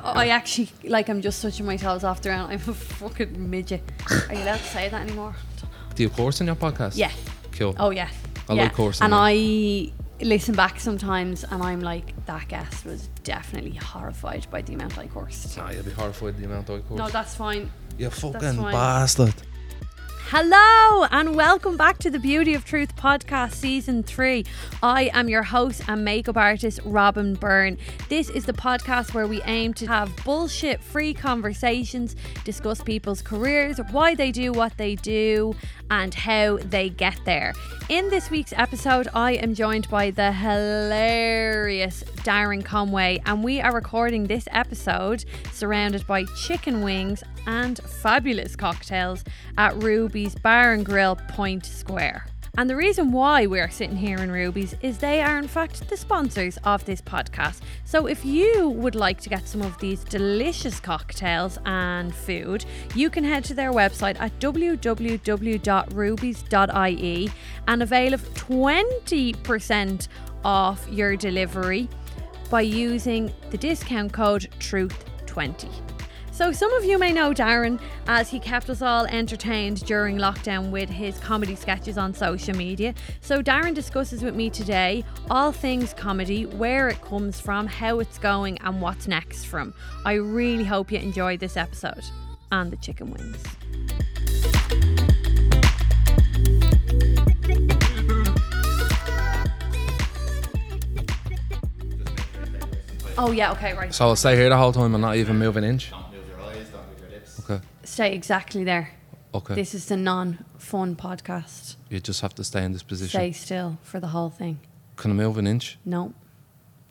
I actually like. I'm just touching my toes off the ground. I'm a fucking midget. Are you allowed to say that anymore? Do you course in your podcast? Yeah. Cool. Oh yeah. I yeah. like coursing And now. I listen back sometimes, and I'm like, that guest was definitely horrified by the amount I coursed. Nah, you'll be horrified the amount I course. No, that's fine. you er fucking fine. bastard. Hello, and welcome back to the Beauty of Truth podcast, season three. I am your host and makeup artist, Robin Byrne. This is the podcast where we aim to have bullshit free conversations, discuss people's careers, why they do what they do, and how they get there. In this week's episode, I am joined by the hilarious Darren Conway, and we are recording this episode surrounded by chicken wings and fabulous cocktails at Ruby's Bar and Grill Point Square. And the reason why we're sitting here in Ruby's is they are, in fact, the sponsors of this podcast. So if you would like to get some of these delicious cocktails and food, you can head to their website at www.rubies.ie and avail of 20% off your delivery by using the discount code TRUTH20. So, some of you may know Darren as he kept us all entertained during lockdown with his comedy sketches on social media. So, Darren discusses with me today all things comedy, where it comes from, how it's going, and what's next from. I really hope you enjoy this episode and the chicken wings. Oh, yeah, okay, right. So I'll stay here the whole time and not even move an inch. Don't move your eyes, don't move your lips. Okay. Stay exactly there. Okay. This is the non fun podcast. you just have to stay in this position. Stay still for the whole thing. Can I move an inch? No.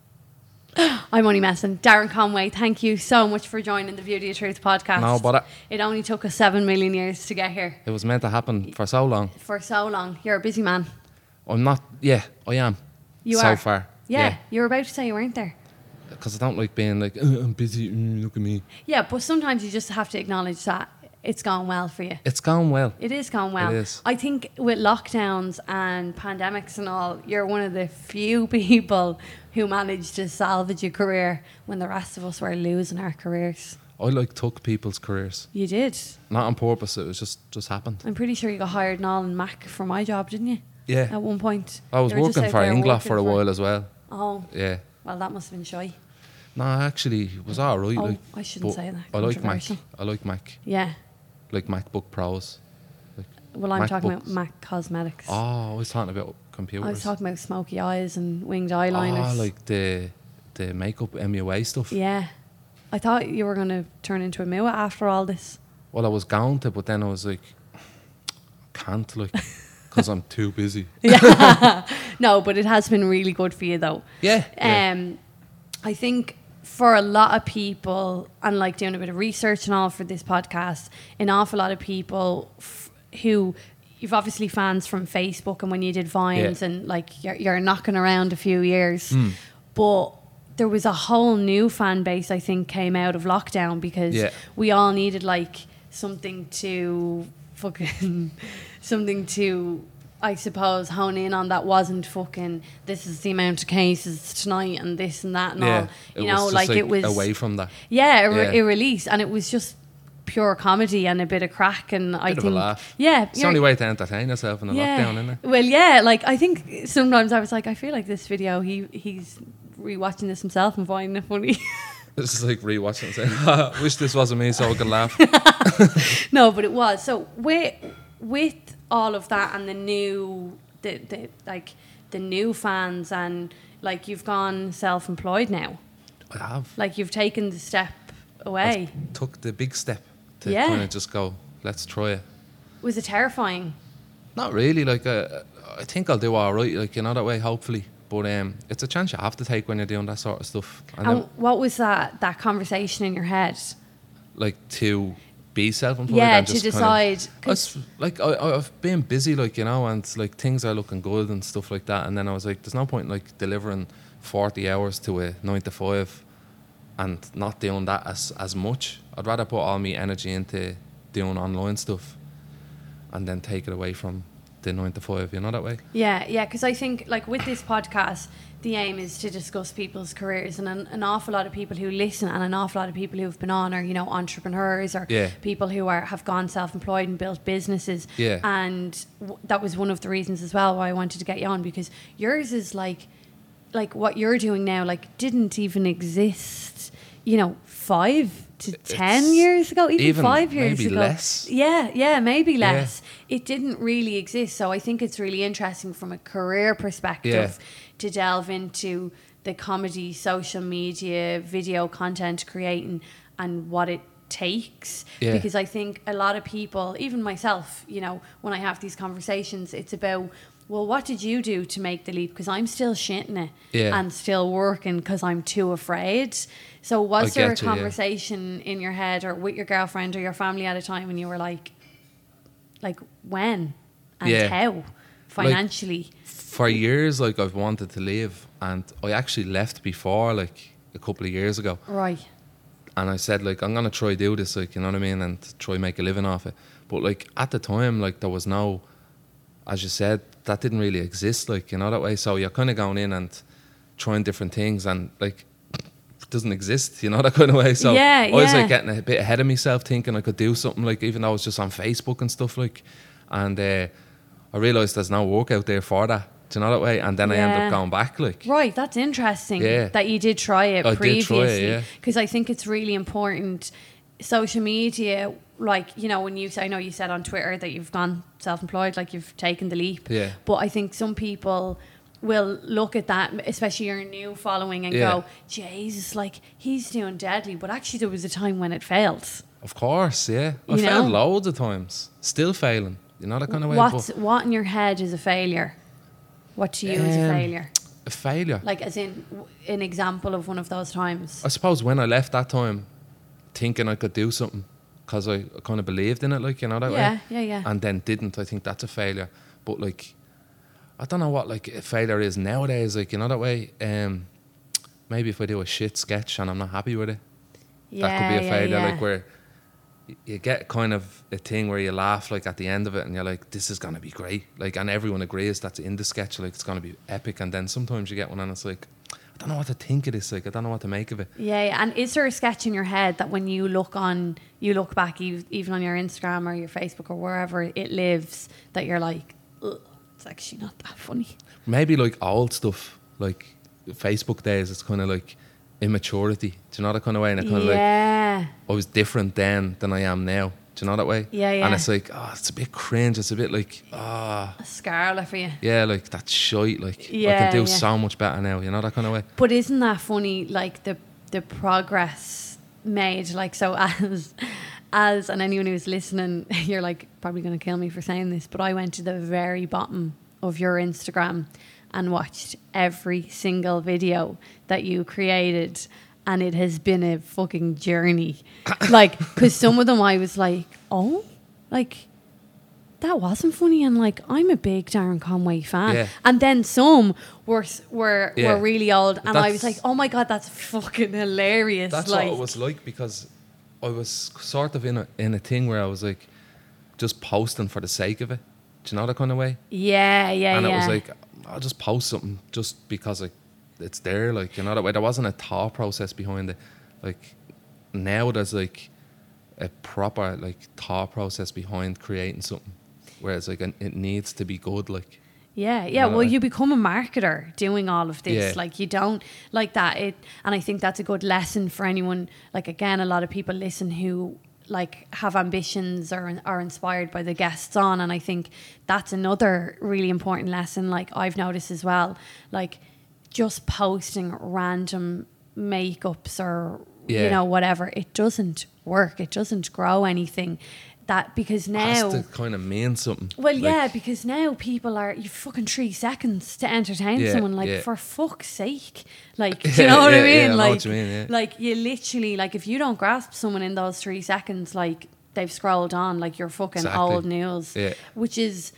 I'm only messing. Darren Conway, thank you so much for joining the Beauty of Truth podcast. No, but I- it only took us seven million years to get here It was meant to happen for so long. for so long. You're a busy man. I'm not. Yeah, I am. You so are. far. Yeah, you were about to say you weren't there. Because I don't like being like, "Uh, I'm busy. mm, look at me. Yeah, but sometimes you just have to acknowledge that it's gone well for you. It's gone well. It is going well. is. I think with lockdowns and pandemics and all, you're one of the few people who managed to salvage a career when the rest of us were losing our careers. I like took people's careers, You did. not on purpose. It was just just happened. I'm pretty sure you got hired and all in Mac for my job, didn't you? Yeah. At one point. I was You Oh, were just working out for there Ingloff working for a while as well. Oh, Yeah. well, that must have been shy. No, actually, it was all right. Oh, like, I shouldn't but say that. I like Mac. Controversial. I like Mac. Yeah. Like MacBook Pros. Like, Well, I'm talking about MacBooks. Mac Cosmetics. Oh, I was talking about computers. I was talking about smoky eyes and winged eyeliners. Oh, like the the makeup MUA stuff. yeah. I thought you were going to turn into a MUA after all this. Well, I was going to, but then I was like, can't like, because I'm too busy. No, but it has been really good for you though. Yeah, yeah. Um, I think for a lot of people, and like doing a bit of research and all for this podcast, an awful lot of people f- who you've obviously fans from Facebook and when you did Vines Yeah. Hmm. and like you're, you're knocking around a few years, but there was a whole new fan base I think came out of lockdown because Yeah. we all needed like something to fucking something to I suppose hone in on that wasn't fucking this is the amount of cases tonight and this and that and yeah, all you was know just, like, it was away from that. yeah a, re- a Yeah. release and it was just pure comedy and a bit of crack and I Bit of think a laugh. yeah It's the you're- only way to entertain yourself in a lockdown, isn't it? well, yeah. Like I think sometimes I was like, I feel like this video. He he's rewatching this himself and finding it funny. It's just like rewatching it, saying, "Ah, "Wish this wasn't me, so I could laugh." no, but it was. So with with all of that and the new the, the like the new fans and like you've gone self employed now. I have Like you've taken the step away. took the big step to Yeah. kind of just go, "Let's try it." Was it terrifying? Not really. Like uh, I think I'll do all right. Like you know that way, hopefully. But um, it's a chance you have to take when you're doing that sort of stuff. And And then, what was that that conversation in your head? like to be self-employed. Yeah, and to just decide, Kind of, like I, I- I've been busy, like you know, and like things are looking good and stuff like that. And then I was like, there's no point in, like delivering forty hours to a nine to five, and not doing that as as much. I'd rather put all my energy into doing online stuff, and then take it away from. the the nine to five. You know that way. Yeah, yeah, because I think like with this podcast, the aim is to discuss people's careers, and an, an awful lot of people who listen, and an awful lot of people who've been on are you know entrepreneurs or Yeah. people who are have gone self-employed and built businesses. Yeah. and w- that was one of the reasons as well why I wanted to get you on because yours is like, like what you're doing now, like didn't even exist, you know, five to ten It's years ago, even, even five years maybe ago, less. yeah, yeah, maybe less. It didn't really exist. So I think it's really interesting from a career perspective to delve into the comedy, social media, video content creating and what it takes. Yeah. Because I think a lot of people, even myself, you know, when I have these conversations, it's about well, what did you do to make the leap? Because I'm still shitting it Yeah. and still working because I'm too afraid. So, was I there a get you, yeah. conversation in your head or with your girlfriend or your family at a time when you were like, like when and Yeah. how financially? For years, like I've wanted to leave, and I actually left before, like a couple of years ago. right. and I said like I'm gonna try do this like you know what I mean and try make a living off it but like at the time like there was no as you said that didn't really exist like you know that way so you're kind of going in and trying different things and like it doesn't exist you know that kind of way so Yeah, I was yeah. like getting a bit ahead of myself thinking I could do something like even though I was just on Facebook and stuff like and uh, I realised there's no work out there for that do you know that way and then I ended Yeah. up going back like Right, that's interesting Yeah. that you did try it I did try it, previously yeah. because I think it's really important. Social media, like you know, when you say, I know you said on Twitter that you've gone self-employed, like you've taken the leap. Yeah. But I think some people will look at that, especially your new following, and Yeah. go, Jesus, like he's doing deadly. But actually, there was a time when it failed. Of course, yeah. I You failed know? loads of times. Still failing. You know that kind of way. What's but what in your head is a failure? What to you is a Um, failure? a failure. Like as in w- an example of one of those times. I suppose when I left that time, thinking I could do something, because I kind of believed in it, like you know that Yeah, way. yeah, yeah. And then didn't. I think that's a failure. But like, I don't know what like a failure is nowadays. Like you know that way. Um, maybe if I do a shit sketch and I'm not happy with it, that could be a failure. Like where y- you get kind of a thing where you laugh like at the end of it, and you're like, "This is gonna be great!" Like, and everyone agrees that's in the sketch. Like, it's gonna be epic. And then sometimes you get one, and it's like, I don't know what to think of this. Like, I don't know what to make of it. Yeah, yeah. and is there a sketch in your head that when you look on, you look back ev- even on your Instagram or your Facebook or wherever it lives, that you're like, "Ugh, it's actually not that funny. Maybe like old stuff, like Facebook days. It's kind of like immaturity. Do you know that kind of way? And it kind of like Yeah, I was different then than I am now. Do you know that way? Yeah, yeah. And it's like, oh, it's a bit cringe. It's a bit like, ah, a scarlet for you. yeah, like that's shite. Like, I Yeah, can do yeah. so much better now. You know that kind of way. But isn't that funny? Like the the progress made. Like so as as and anyone who's listening, you're like probably going to kill me for saying this, but I went to the very bottom of your Instagram and watched every single video that you created. And it has been a fucking journey. Like, because some of them I was like, oh, like, that wasn't funny. And like, I'm a big Darren Conway fan. Yeah. And then some were s- were Yeah. were really old, and I was that's- like, "Oh my god, that's fucking hilarious!" That's like, what it was like because I was sort of in a in a thing where I was like just posting for the sake of it. Do you know that kind of way? yeah, yeah, and Uh, yeah. it was like I'll just post something just because like it's there. Like you know that way. There wasn't a thought process behind it. Like now there's like a proper like thought process behind creating something. Whereas like an- it needs to be good. Like Yeah, yeah. know, well, like- you become a marketer doing all of this. Yeah. Like you don't like that. It, and I think that's a good lesson for anyone. Like again, a lot of people listen who like have ambitions or are inspired by the guests on, and I think that's another really important lesson. Like I've noticed as well, like just posting random makeups or you Yeah. know whatever, it doesn't work. It doesn't grow anything. That because it now has to kind of mean something. well, Like, yeah, because now people are you fucking three seconds to entertain Yeah, someone. Like yeah. for fuck's sake, like do you know Yeah, what I yeah, mean? yeah, I know like, what you mean, yeah. like you literally like if you don't grasp someone in those three seconds, like they've scrolled on, like you're fucking Exactly. old news, Yeah. which is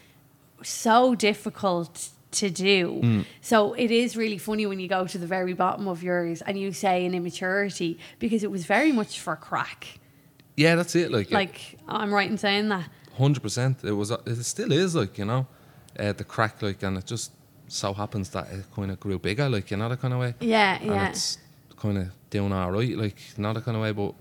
so difficult to do. Mm. So it is really funny when you go to the very bottom of yours and you say an immaturity because it was very much for crack. yeah, that's it. Like Like I'm right in saying that. hundred percent. It was. It still is. Like you know, uh, the crack, like, and it just so happens that it kind of grew bigger, like, you know, that kind of way. Yeah, And yeah. it's kind of doing all right, like, not that kind of way, but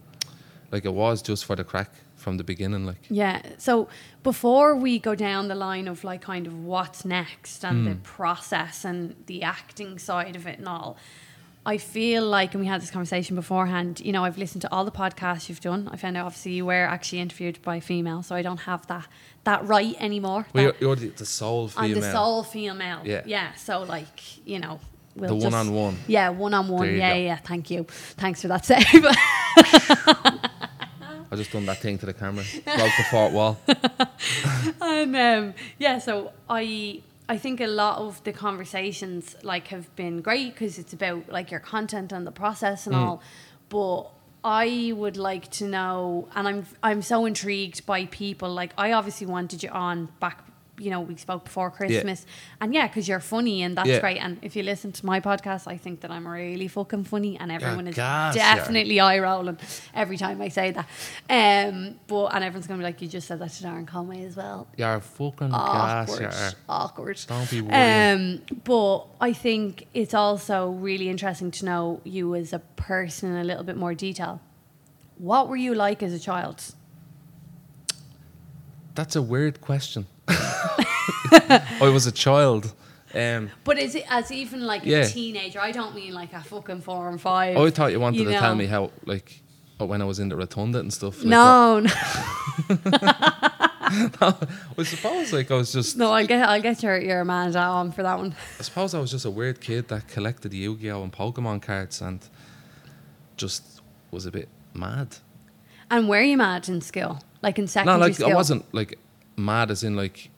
like it was just for the crack from the beginning, like. Yeah. So before we go down the line of like kind of what's next and Hmm. the process and the acting side of it and all, I feel like, and we had this conversation beforehand, you know, I've listened to all the podcasts you've done. I found out obviously you were actually interviewed by a female, so I don't have that that right anymore. Well, you're, that you're the, the sole I'm female. the sole female. Yeah. Yeah. So like, you know, we'll The just- one-on-one. Yeah, one on one. There you Yeah, go. yeah. Thank you. Thanks for that save. I just done that thing to the camera. Broke the fort wall. and um, yeah, so I I think a lot of the conversations like have been great because it's about like your content and the process Mm. and all, but. I would like to know, and I'm I'm so intrigued by people. Like I obviously wanted you on back, you know, we spoke before Christmas, and yeah, because you're funny and that's Yeah. great. And if you listen to my podcast, I think that I'm really fucking funny, and everyone is gas, Oh, yeah. definitely definitely eye rolling every time I say that. Um, but and everyone's gonna be like, you just said that to Darren Conway as well. You're a fucking gas. Awkward, You're a- awkward. Don't be Um, worrying. but I think it's also really interesting to know you as a person in a little bit more detail. What were you like as a child? That's a weird question. I was a child. Um, But is it as even like Yeah. Oh, a teenager? I don't mean like a fucking four and five. I thought you wanted you to tell know. me how, like, oh, when I was in the rotunda and stuff. Like No, no, that. I suppose, like, I was just. no. I'll get, I'll get your your man on for that one. I suppose I was just a weird kid that collected Yu-Gi-Oh and Pokemon cards and just was a bit mad. And were you mad in school? Like in No, secondary like school? I wasn't like mad as in like,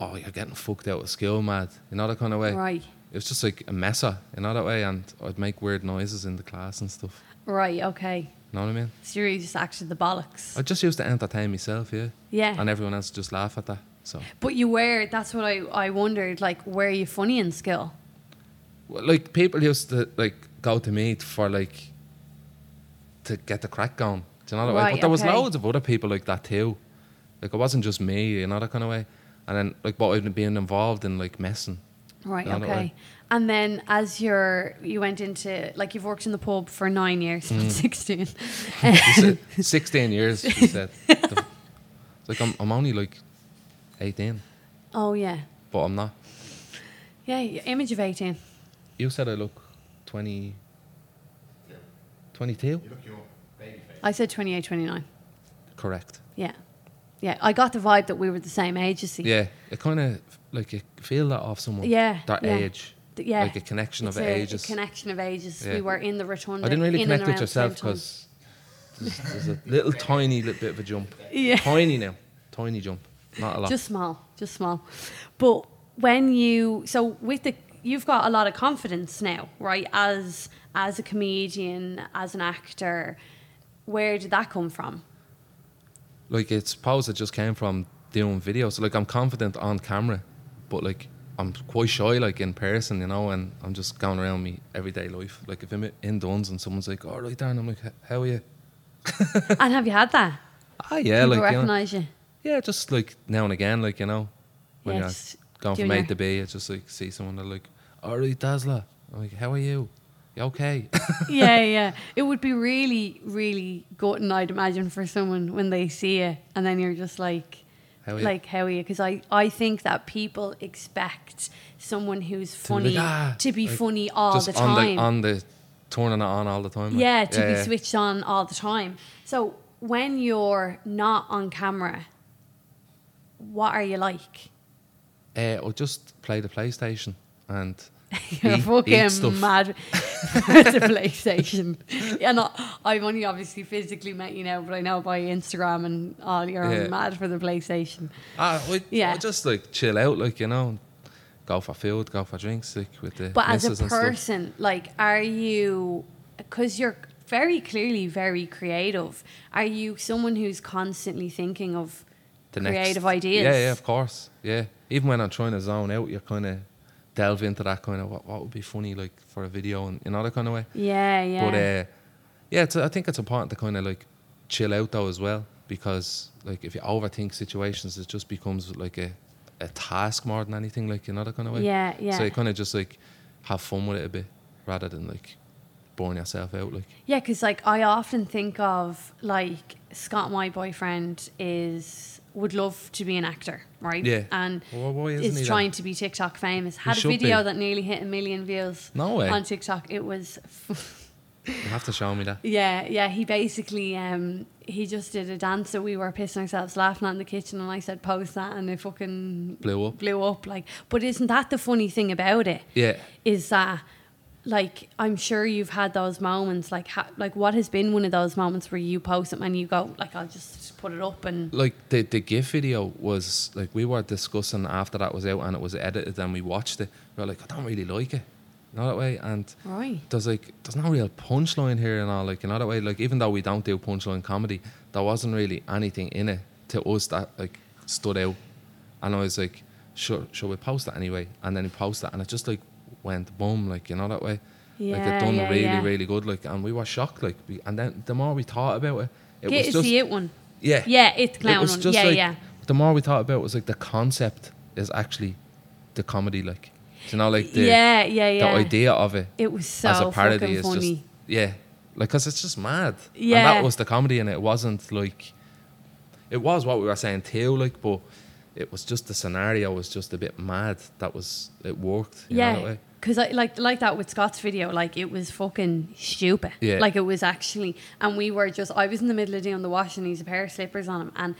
oh, you're getting fucked out of school, mad. You know that kind of way. Right. It was just like a messer, you know that way, and I'd make weird noises in the class and stuff. Right, okay. You know what I mean? So you're just actually the bollocks. I just used to entertain myself, yeah. Yeah. And everyone else just laugh at that. So, But you were, that's what I, I wondered, like, were you funny in school? well, like people used to like go to me for like to get the crack going. Do you know that way? Right, But there was okay. loads of other people like that too. Like it wasn't just me, you know that kind of way. And then like but I'd being involved in like messing. Right, No, not okay. really. And then as you're, you went into, like, you've worked in the pub for nine years, Hmm. not 16. She said, 16 years, she said. The f- It's like, I'm, I'm only like 18, Oh, yeah. but I'm not. Yeah, your image of 18. You said I look 20, 22? You look young, baby face. I said 28, 29. Correct. Yeah. Yeah, I got the vibe that we were the same age, you see. Yeah, it kind of, like, you feel that off someone. Yeah, That yeah. age. Th- yeah. Like a connection It's of a ages. connection of ages. Yeah. We were in the rotunda. I didn't really in and connect with around the yourself same time. because there's, there's a little tiny little bit of a jump. Yeah. Tiny now. Tiny jump. Not a lot. Just small, just small. But when you so with the you've got a lot of confidence now, right? As as a comedian, as an actor, where did that come from? like it's suppose it just came from doing videos. Like I'm confident on camera, but like I'm quite shy like in person, you know, and I'm just going around me everyday life. Like if I'm in Duns and someone's like, "All right, Darren," I'm like, "H- "How are you?" and have you had that? Ah, yeah, People like you know, recognise you. yeah, just like now and again, like you know, when Yeah, you're just going doing from A your- to B, it's just like see someone they're like, "All right, Dazzler," I'm like, "How are you?" You okay? yeah, yeah. It would be really, really gutting, I'd imagine, for someone when they see you, and then you're just like, How are you? like, how are you? Because I, I think that people expect someone who's be like, funny to be, "Ah," like, funny all just the on time. the on the turning it on all the time. like, yeah, to be switched on all the time. So when you're not on camera, what are you like? Uh, or just play the PlayStation and You're eat- eat stuff. fucking mad. it's a PlayStation. Yeah, no, I've only obviously physically met you now, but I know by Instagram and all you're Yeah. mad for the PlayStation. Ah, we, Yeah. yeah. just like chill out, like you know, go for food, go for drinks, like with the But missus as a and stuff. person, like, are you, because you're very clearly very creative, are you someone who's constantly thinking of the creative ideas? Yeah, yeah, of course, yeah. Even when I'm trying to zone out, you're kind of delve into that kind of what, what would be funny like for a video and you know that kind of way. Yeah, yeah. But uh, yeah, it's, I think it's important to kind of like chill out though as well because like if you overthink situations, it just becomes like a a task more than anything, like you know that kind of way. Yeah, yeah. So you kind of just like have fun with it a bit rather than like burn yourself out. Like Yeah, because like I often think of like Scott, my boyfriend, is would love to be an actor, right? Yeah. and Well, "Oh, why isn't he is then? trying to be TikTok famous. Had a should video be. Mm, that nearly hit a million views. No way. on TikTok. It was, you have to show me that. yeah, yeah. He basically um he just did a dance that we were pissing ourselves laughing at in the kitchen, and I said post that, and it fucking Blew up. blew up. Like, but isn't that the funny thing about it? Yeah. is that like I'm sure you've had those moments like ha- like what has been one of those moments where you post it and you go like I'll just put it up and Like the the GIF video was like we were discussing after that was out and it was edited and we watched it. We were like, I don't really like it, you know that way. And right there's like there's no real punchline here and all like you know that way like even though we don't do punchline comedy there wasn't really anything in it to us that like stood out and I was like sure should we post that anyway and then he posted that and it just like went boom like you know that way like Yeah, it done yeah, really yeah. really good like and we were shocked like we, and then the more we thought about it it get was is just the it one yeah yeah it clown it was one just yeah like yeah the more we thought about it was like the concept is actually the comedy like Do you know like the yeah yeah the yeah idea of it it was so as a parody fucking is funny just yeah like because it's just mad and Yeah. that was the comedy and it wasn't like it was what we were saying too like but it was just the scenario was just a bit mad that was it worked you know, that yeah way. because I like like that with Scott's video like it was fucking stupid Yeah. like it was actually and we were just I was in the middle of doing the wash and he's a pair of slippers on him and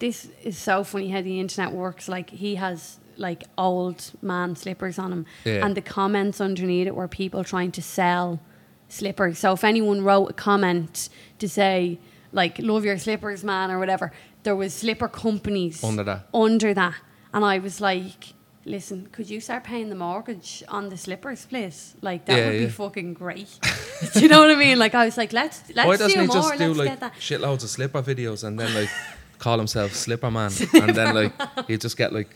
this is so funny how the internet works like he has like old man slippers on him Yeah. and the comments underneath it were people trying to sell slippers so if anyone wrote a comment to say like love your slippers man or whatever there was slipper companies Under that. under that. And I was like, listen, could you start paying the mortgage on the slippers, please? Like that Yeah, would be yeah. fucking great. do you know what I mean? Like I was like, let's let's why doesn't do he more. just do let's like get that. shitloads of slipper videos and then like call himself slipper man and then like he just get like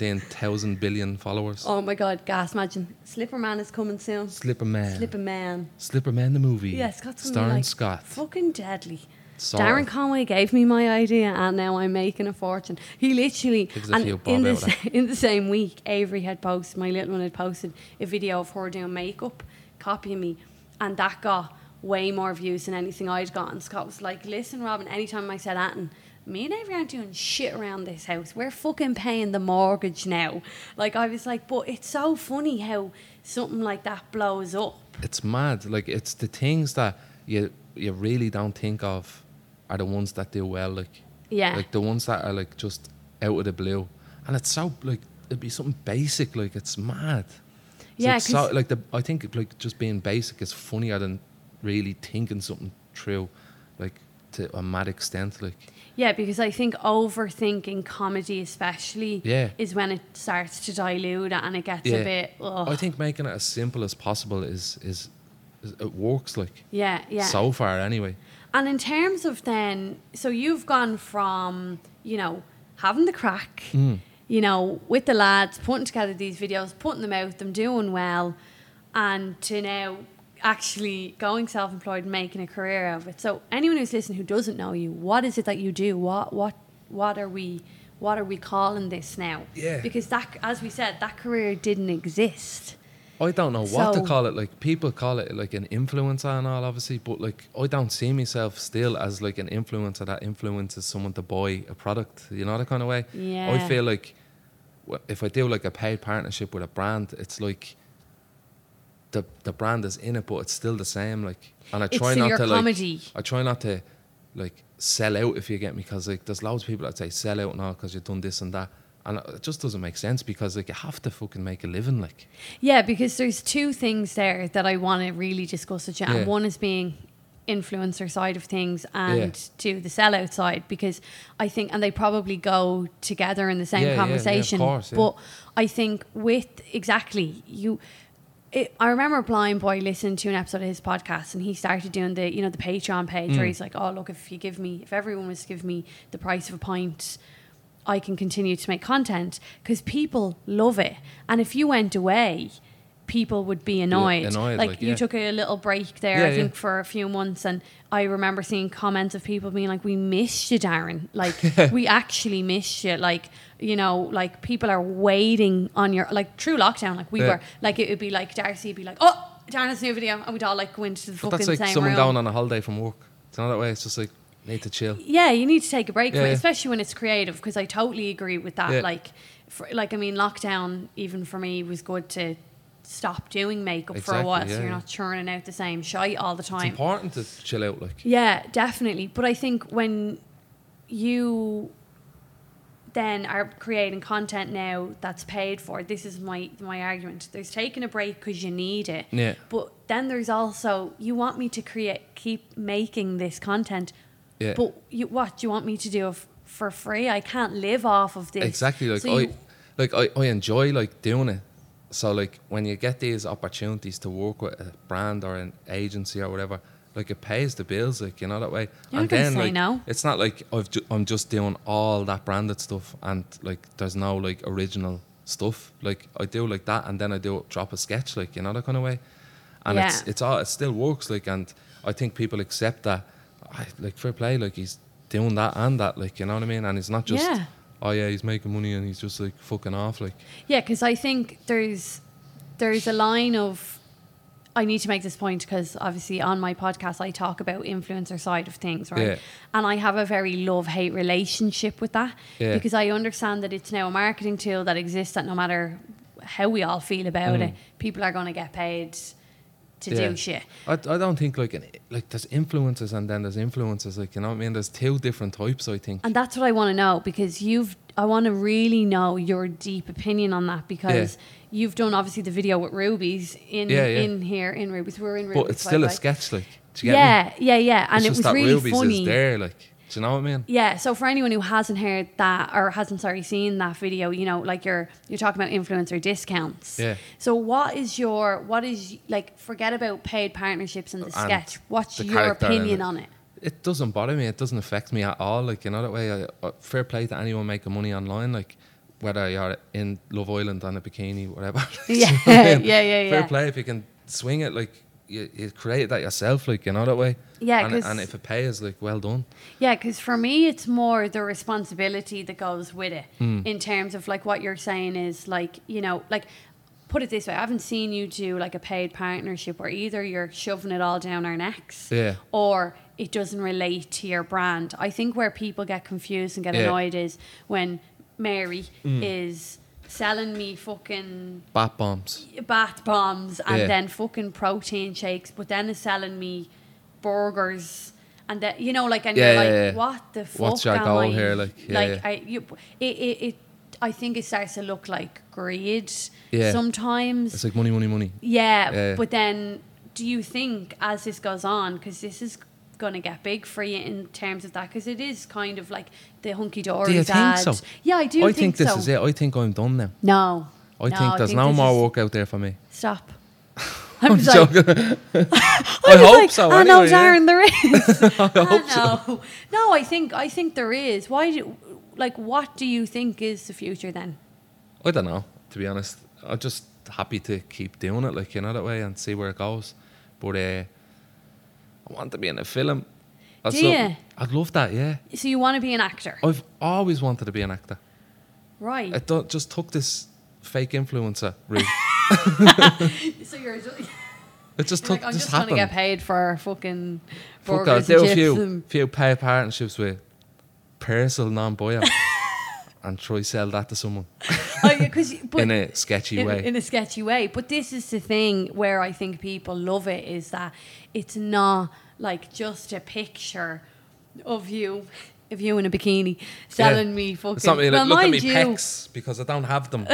17,000 billion followers Oh my god, gas! Imagine Slipper Man is coming soon. slipper man Slipper Man, slipper man the movie yeah, Scott's gonna be starring like, Scott fucking deadly. Sorry. Darren Conway gave me my idea, and now I'm making a fortune. He literally, Gives a and few bob in the, out of sa- in the same week, Avery had posted, my little one had posted a video of her doing makeup, copying me, and that got way more views than anything I'd gotten. Scott was like, "Listen, Robin, anytime I said anything." Me and Avery aren't doing shit around this house. We're fucking paying the mortgage now. Like I was like, but it's so funny how something like that blows up. it's mad. Like it's the things that you you really don't think of are the ones that do well. Like Yeah. like the ones that are like just out of the blue, and it's so like it'd be something basic. Like it's mad. So Yeah, it's so, 'cause- like the I think like just being basic is funnier than really thinking something through, like to a mad extent. Like Yeah, because I think overthinking comedy, especially, Yeah. is when it starts to dilute it and it gets a bit. Ugh. I think making it as simple as possible is is, is it works. Like yeah, yeah. so far anyway. and in terms of then, so you've gone from you know having the crack, Mm. you know, with the lads putting together these videos, putting them out, them doing well, and to now actually going self-employed, and making a career out of it. So anyone who's listening who doesn't know you, what is it that you do? What what what are we? What are we calling this now? Yeah. Because that, as we said, that career didn't exist. I don't know what So- to call it. Like people call it like an influencer and all, obviously, but like I don't see myself still as like an influencer that influences someone to buy a product. You know that kind of way. Yeah. I feel like wh- if I do like a paid partnership with a brand, it's like the the brand is in it, but it's still the same. Like, and I It's try still not your to comedy. like. I try not to like sell out if you get me, because like there's loads of people that say sell out now because you've done this and that, and it just doesn't make sense because like you have to fucking make a living, like. Yeah, because there's two things there that I want to really discuss with you. Yeah. And one is being influencer side of things and Yeah. to the sellout side because I think and they probably go together in the same Yeah, yeah, yeah, of conversation. course, yeah. But I think with exactly you it, I remember Blind Boy listening to an episode of his podcast and he started doing the you know the Patreon page Mm. where he's like, Oh look if you give me if everyone was to give me the price of a pint I can continue to make content because people love it. And if you went away, people would be annoyed. annoyed, like, like, you yeah. took a little break there, Yeah, I think, yeah. for a few months, and I remember seeing comments of people being like, "We missed you, Darren. Like, we actually missed you. Like, you know, like people are waiting on your like true lockdown. Like we Yeah. were. Like it would be like Darcy would be like, oh." Darren's new video, and we'd all like go into the But fucking that's like same someone room. down on a holiday from work. It's not that way. It's just like need to chill. yeah, you need to take a break from Yeah, it, yeah. especially when it's creative. Because I totally agree with that. Yeah. Like, for, like I mean, lockdown even for me was good to stop doing makeup for a Exactly, while, so yeah, you're yeah. not churning out the same shite all the It's time. important to chill out. Like Yeah, definitely. But I think when you then are creating content now that's paid for, this is my my argument. There's taking a break because you need it. Yeah. But then there's also you want me to create, keep making this content. Yeah. But you, what do you want me to do f- for free? I can't live off of this. exactly. Like So I, you- like I, I enjoy like doing it. So like when you get these opportunities to work with a brand or an agency or whatever, like it pays the bills. Like you know that way. You're not and gonna then say like no. it's not like I've ju- I'm just doing all that branded stuff and like there's no like original stuff. Like I do like that and then I do drop a sketch. Like you know that kind of way. And it's Yeah. it's all it still works. Like and I think people accept that. I, like fair play. Like he's doing that and that. Like you know what I mean. And it's not just Yeah. oh yeah, he's making money and he's just like fucking off. Like Yeah, because I think there's there's a line of I need to make this point because obviously on my podcast I talk about influencer side of things, right? Yeah. And I have a very love hate relationship with that Yeah. because I understand that it's now a marketing tool that exists. That no matter how we all feel about it, people are going to get paid to Mm. Yeah. do shit. I, I don't think like an, like there's influencers and then there's influencers. Like you know what I mean? There's two different types. I think. And that's what I want to know because you've, I want to really know your deep opinion on that because you've done obviously the video with Rubies in Yeah, yeah. in here in Rubies. We're in Rubies. but it's by still the a way. sketch. Like do you get me? Yeah, yeah, yeah. And It's it just was that really Ruby's funny. is there. Like do you know what I mean? Yeah, so for anyone who hasn't heard that or hasn't sorry seen that video, you know, like you're you're talking about influencer discounts. Yeah. So what is your what is like forget about paid partnerships and the And sketch. What's the your character and opinion it. on it? It doesn't bother me. It doesn't affect me at all. Like you know that way. I, I, fair play to anyone making money online. Like whether you're in Love Island on a bikini, whatever. Do you know what Yeah, I mean? yeah, yeah, Fair yeah. play if you can swing it. Like you, you create that yourself. Like you know that way. Yeah, And, 'cause- and if it pays, like well done. Yeah, because for me, it's more the responsibility that goes with it Hmm. in terms of like what you're saying is like, you know, like put it this way I haven't seen you do like a paid partnership where either you're shoving it all down our necks Yeah. or it doesn't relate to your brand. I think where people get confused and get Yeah. Hmm. annoyed is when Mary is selling me fucking Bat bombs. bath bombs and Yeah. then fucking protein shakes, but then is selling me burgers and that you know like and Yeah, you're yeah, like yeah. what the fuck What's your am goal I- here? Like, yeah, like yeah. I you, it, it it I think it starts to look like greed Yeah. sometimes It's like money, money, money. yeah, Yeah. but then do you think as this goes on, because this is going to get big for you in terms of that, because it is kind of like the hunky dory Do you ad. think so? Yeah, I do I think, think, this so. is it. I think I'm done now. No. I No, think there's no this is- more work out there for me. Stop. I'm, just like, joking. I, I was hope like, so. I know, anyway, yeah. Darren, there is. I, hope so. know. No, I think I think there is. Why do like what do you think is the future then? I don't know, to be honest. I'm just happy to keep doing it, like, you know, that way and see where it goes. But uh, I want to be in a film. That's Do something- ya? I'd love that, yeah. So you want to be an actor, I've always wanted to be an actor. right? I don't, just took this fake influencer route. so you're just, It just like, took, I'm just just trying to happened. get paid for fucking Fuck, burgers I'll and chips do a few, and- few pair partnerships with personal non-buyer and try sell that to someone Oh, yeah, 'cause you- but in a sketchy in, way. in a sketchy way. But this is the thing where I think people love it is that it's not like just a picture of you, of you in a bikini, Yeah. selling me fucking. It's not me, well, like, look at mind me you, pecs because I don't have them.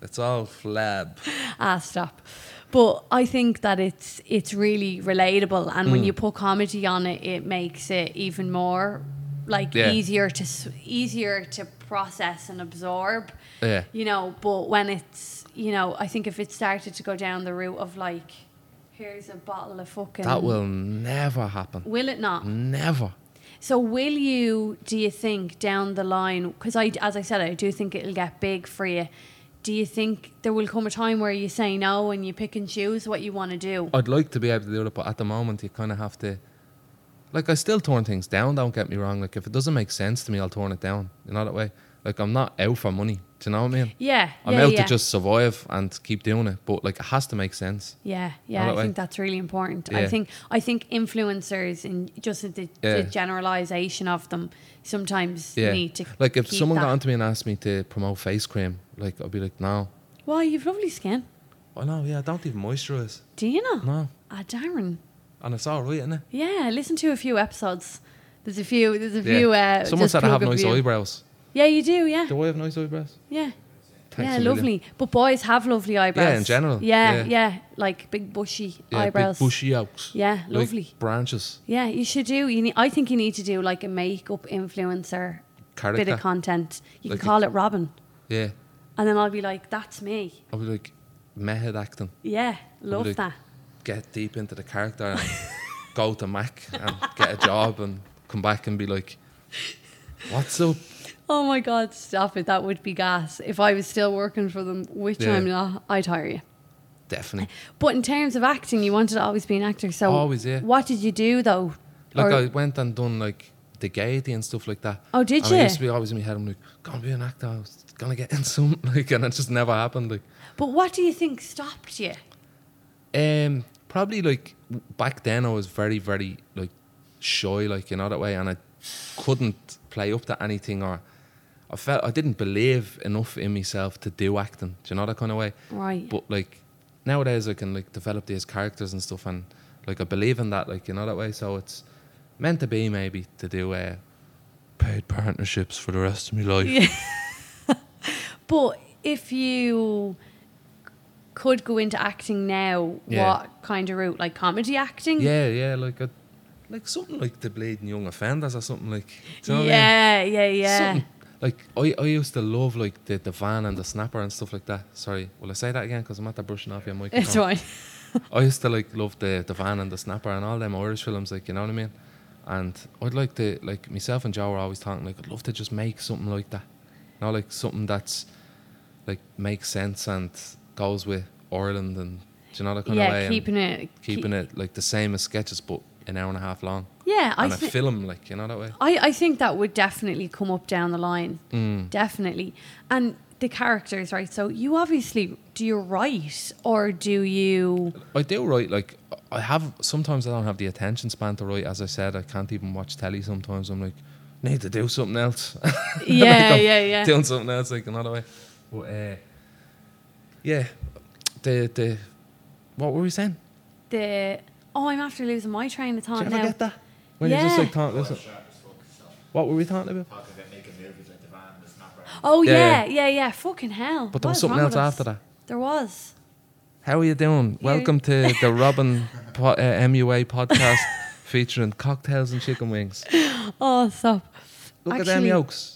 it's all flab. ah, stop. But I think that it's it's really relatable, and Hmm. when you put comedy on it, it makes it even more like Yeah. easier to s- easier to process and absorb. Yeah. You know, but when it's you know, I think if it started to go down the route of like, here's a bottle of fucking That will never happen. will it not? Never. So will you? Do you think down the line? Because I, as I said, I do think it'll get big for you. do you think there will come a time where you say no and you pick and choose what you want to do? I'd like to be able to do it, but at the moment you kind of have to. Like I still turn things down. Don't get me wrong. Like if it doesn't make sense to me, I'll turn it down. You know that way. Like I'm not out for money. Do you know what I mean? Yeah, I'm yeah, out yeah. to just survive and keep doing it. But like it has to make sense. Yeah, yeah, that I way. think that's really important. I Yeah. think I think influencers and just the, Yeah. the generalization of them sometimes Yeah. need to Like if keep someone that. got onto me and asked me to promote face cream, like I'd be like, no. Why you've lovely skin? Oh no, yeah, I don't even moisturise. Do you know? No, Ah, Darren. and it's all right, isn't it? Yeah, listen to a few episodes. There's a few. There's a few. Uh, someone just said I have plug a nice few. eyebrows. Yeah, you do. Yeah, Do I have nice eyebrows? yeah, Thanks yeah. a million. Lovely. But boys have lovely eyebrows. general, Yeah, yeah, yeah. like big bushy Yeah, big eyebrows. bushy oaks. Yeah, Like lovely. branches. Yeah, you should do. You need, I think you need to do like a makeup influencer bit Character. of content. You Like can a- call it Robin, Yeah, and then I'll be like, "That's me." I'll be like method acting. Yeah, love like- that. Get deep into the character and go to Mac and get a job and come back and be like, "What's up?" Oh my god, stop it! That would be gas. If I was still working for them, which Yeah. I'm not, I'd hire you. Definitely. But in terms of acting, you wanted to always be an actor. So Always, yeah. What did you do though? Like Or- I went and done like the gaiety and stuff like that. Oh, did and I used you? to be always in my head. I'm like, gonna be an actor. I was gonna get in some like, and it just never happened. Like, but what do you think stopped you? Um, probably like w- back then I was very, very like shy, like you know that way, and I couldn't play up to anything, or I felt I didn't believe enough in myself to do acting. Do you know that kind of way? Right. But like nowadays, I can like develop these characters and stuff, and like I believe in that, like you know that way. So it's meant to be maybe to do uh, paid partnerships for the rest of my life. But if you could go into acting now, Yeah. what kind of route? Like comedy acting? Yeah, yeah, like a, like something like the bleeding young offenders or something like. Do you know what I mean? yeah, yeah, yeah. Something- Like I, I used to love like the, the van and the snapper and stuff like that. Sorry, will I say that again? Because I'm at the brushing off your microphone. It's right. I used to like love the, the van and the snapper and all them Irish films, like you know what I mean. And I'd like to like myself and Joe were always talking like I'd love to just make something like that, you know, like something that's like makes sense and goes with Ireland and do you know that kind of way. Yeah, and keeping it. keeping it like the same as sketches, but an hour and a half long Yeah, I and a think. film, like you know that way. I, I think that would definitely come up down the line. Mm. Definitely. And the characters, right? So you obviously do you write or do you I do write like I have sometimes I don't have the attention span to write. As I said, I can't even watch telly sometimes. I'm like, need to do something else. Like, Yeah, I'm yeah, yeah. Doing something else like another way. But uh, yeah, the the what were we saying? the oh I'm after losing my train of Did thought you ever now. get that? When you're just Oh, Yeah. like talking, listen, Sharp as fuck, so what were we talking about? talking about making movies like the van and the snapper. Oh yeah, Yeah, yeah, yeah, Fucking hell. But there What was is something wrong else with us? after that. There was. How are you doing? Welcome to the Robin po- uh, MUA podcast featuring cocktails and chicken wings. Oh stop. Look at them Actually- yolks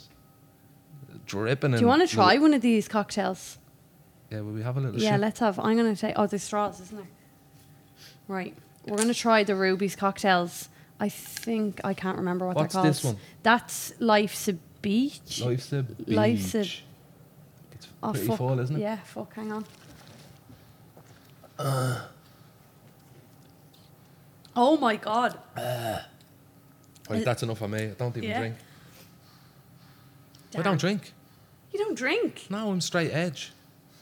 dripping. Do you want to try one of these cocktails? Yeah, will we have a little? Yeah, sip? let's have. I'm gonna take. Oh, there's straws, isn't there? Right. We're gonna try the Ruby's cocktails. I think I can't remember what What's they're called. this one? That's Life's a Beach. Life's a beach. Life's a- It's Oh, pretty fuck. full, isn't it? Yeah. Fuck. Hang on. Uh. oh my god. Right, that's enough for me. I don't even Yeah. drink. I don't drink. You don't drink. No, I'm straight edge.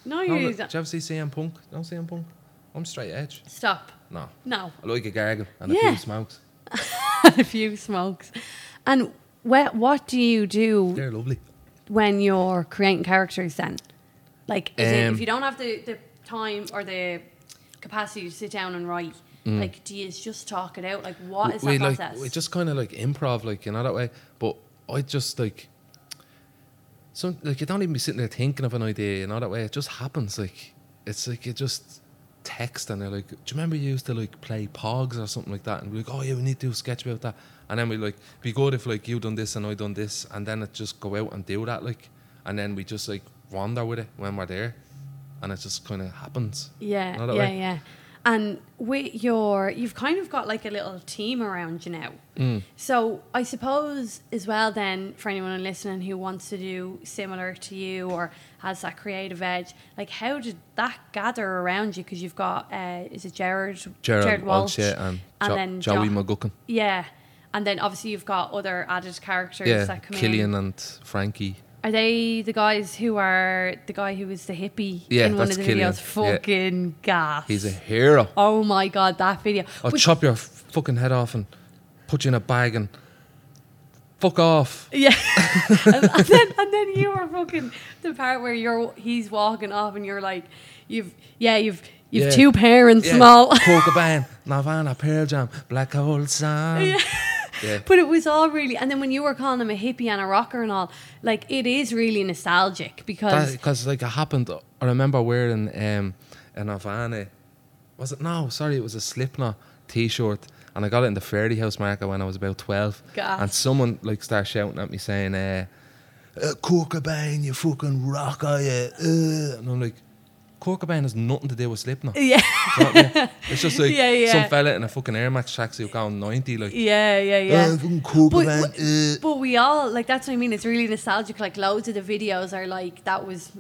No, No, you look, don't. did you ever see CM Punk? No CM Punk. I'm straight edge. Stop. No. No. I like a gargle and a Yeah. few smokes. a few smokes. And wh- what do you do They're lovely. when you're creating characters then? Like, is it, if Um, you don't have the, the time or the capacity to sit down and write, like, do you just talk it out? Like, what is Mm. we that like process? we just kind of like improv, like you know that way. But I just like some like you don't even be sitting there thinking of an idea, you know that way. It just happens. Like it's like you just text and they're like, "Do you remember you used to like play Pogs or something like that?" And we're like, "Oh yeah, we need to do a sketch about that." And then we like be good if like you done this and I done this, and then it just go out and do that like, and then we just like wander with it when we're there, and it just kind of happens. yeah, know that yeah, way. yeah. And with your, you've kind of got like a little team around you now. Mm. So I suppose as well, then for anyone listening who wants to do similar to you or has that creative edge, like how did that gather around you? Because you've got, uh, is it Jared? Gerard, Walsh, yeah, and, and Jo- then Joey Jo- McGuckin. Yeah, and then obviously you've got other added characters Yeah, that come Killian in. and Frankie. Are they the guys who are the guy who was the hippie Yeah, in one of that's the Killian, videos? yeah. Fucking gas. He's a hero. Oh my god, that video. I'll Which- chop your f- fucking head off and put you in a bag and fuck off. Yeah, and, and then and then you were fucking the part where you're he's walking off and you're like, you've yeah you've you've Yeah. two parents and all, Kurt Cobain, Nirvana, Pearl Jam, Black Hole Sun. Yeah. yeah. but it was all really. And then when you were calling him a hippie and a rocker and all, like it is really nostalgic because Because like it happened, I remember wearing um, a Nirvana. Was it no? Sorry, it was a Slipknot T-shirt, and I got it in the Fairly House market when I was about twelve. Gas. And someone like started shouting at me saying, uh, uh, "Kurt Cobain, you fucking rocker, you!" Uh. And I'm like, "Kurt Cobain has nothing to do with Slipknot." yeah You know what I mean? It's just like Yeah, yeah. some fella in a fucking Air Max tracksuit going ninety, like yeah yeah yeah. "Uh, fucking Kurt But- Cobain, uh." But we all like that's what I mean. It's really nostalgic. Like loads of the videos are like that was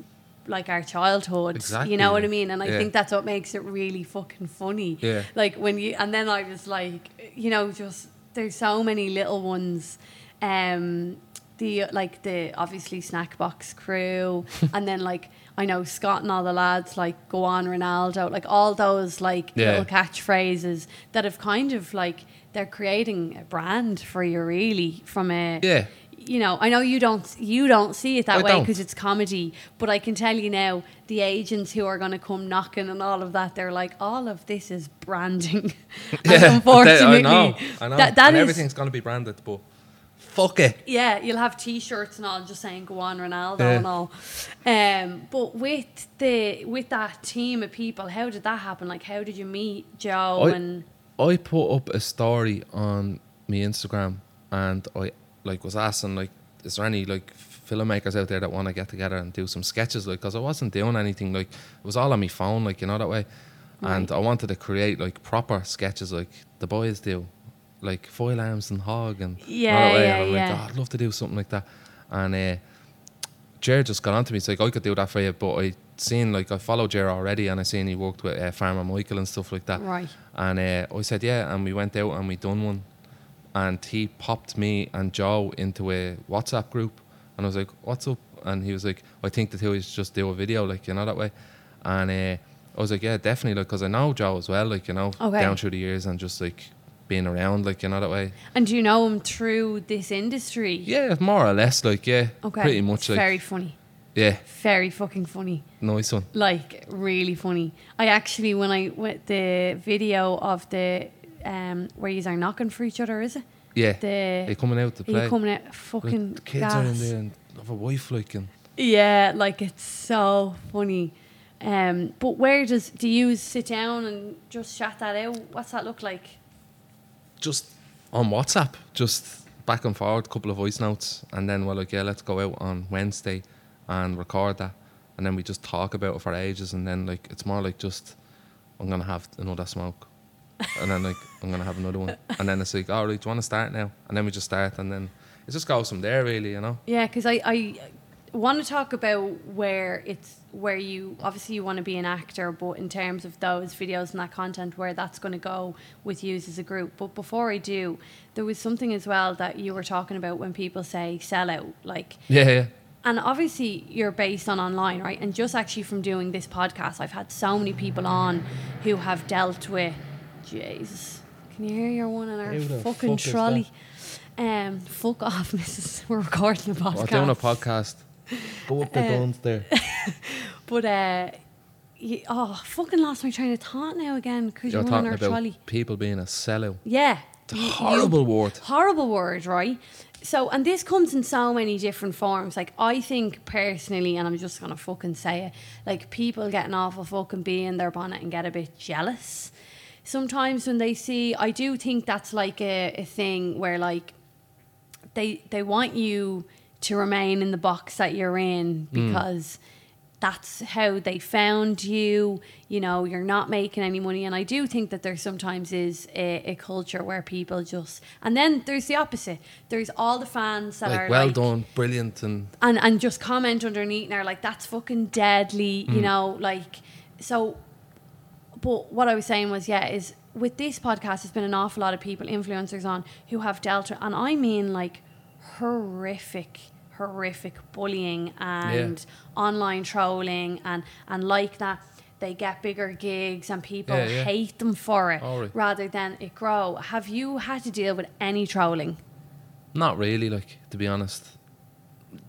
like our childhood. You Exactly. know what I mean? And I Yeah. think that's what makes it really fucking funny. Yeah. Like when you and then I was like, you know, just there's so many little ones. Um the like the obviously snack box crew and then like I know Scott and all the lads like go on Ronaldo like all those like Yeah. little catchphrases that have kind of like they're creating a brand for you really from a Yeah. you know i know you don't you don't see it that I way don't. because it's comedy but i can tell you now the agents who are going to come knocking and all of that they're like all of this is branding and Yeah, but they- unfortunately I know, I know. that, that and is- everything's gonna be branded, but fuck it. yeah, you'll have T-shirts and all, just saying "Go on, Ronaldo" Yeah. and all. Um, but with the with that team of people, how did that happen? Like, how did you meet Joe? and I, I put up a story on my Instagram and I like was asking like, is there any like filmmakers out there that want to get together and do some sketches? Like, cause I wasn't doing anything. Like, it was all on my phone. Like, you know that way. And I wanted to create like proper sketches, like the boys do, like foil arms and hog and you know Yeah, that way. yeah, and I'm yeah. like, "Oh, I'd love to do something like that. And uh, Jared just got onto me. He's like, I could do that for you, but I seen like I followed Jared already, and I seen he worked with uh, Farmer Michael and stuff like that. Right. And uh, I said, yeah, and we went out and we done one, and he popped me and Joe into a WhatsApp group, and I was like, what's up? And he was like, I think the two is just do a video, like you know that way, and uh, I was like, yeah, definitely, like, cause I know Joe as well, like you know, Okay. down through the years and just like being around, like you know that way. and do you know him through this industry? Yeah, more or less, like yeah, Okay. pretty much, It's like very funny. yeah, Very fucking funny. nice one. Like really funny. I actually when I went the video of the um where you are knocking for each other, is it? Yeah. The They coming out to are play. you coming out Like, fucking the kids gas. are in there and have a wife like and Yeah, like it's so funny. Um, but where does do you sit down and just chat that out? What's that look like? just on WhatsApp, just back and forward, couple of voice notes, and then we're like, yeah, let's go out on Wednesday and record that, and then we just talk about it for ages, and then like it's more like just I'm gonna have another smoke, and then like I'm gonna have another one, and then it's like, all right, do you want to start now? And then we just start, and then it just goes from there, really, you know. Yeah, because I, I want to talk about where it's where you obviously you want to be an actor, but in terms of those videos and that content, where that's going to go with you as a group. But before I do, there was something as well that you were talking about when people say sell out, like Yeah, yeah. and obviously you're based on online right and just actually from doing this podcast i've had so many people on who have dealt with jesus can you hear your one in our Who the fucking fuck is trolley um fuck off mrs we're recording a podcast Oh, We're doing a podcast. Go up the Uh, guns there. but uh y oh fucking lost my train of thought now again because You're you're on talking our about trolley people being a sellout. yeah It's a You- you- horrible word. horrible word, right? So, and this comes in so many different forms. Like, I think personally, and I'm just gonna fucking say it, like, people getting off a fucking bee in their bonnet and get a bit jealous. Sometimes when they see, I do think that's like a, a thing where, like, Hmm. they they want you to remain in the box that you're in because that's how they found you. You know, you're not making any money. And I do think that there sometimes is a, a culture where people just. And then there's the opposite. There's all the fans that Like, are well like, done, brilliant, and and and just comment underneath and are like that's fucking deadly Mm. you know like so but what i was saying was yeah is with this podcast there's been an awful lot of people influencers on who have dealt with and i mean like horrific horrific bullying and online trolling and and like that they get bigger gigs and people Yeah, yeah. hate them for it Oh, right. rather than it grow have you had to deal with any trolling Not really, like to be honest.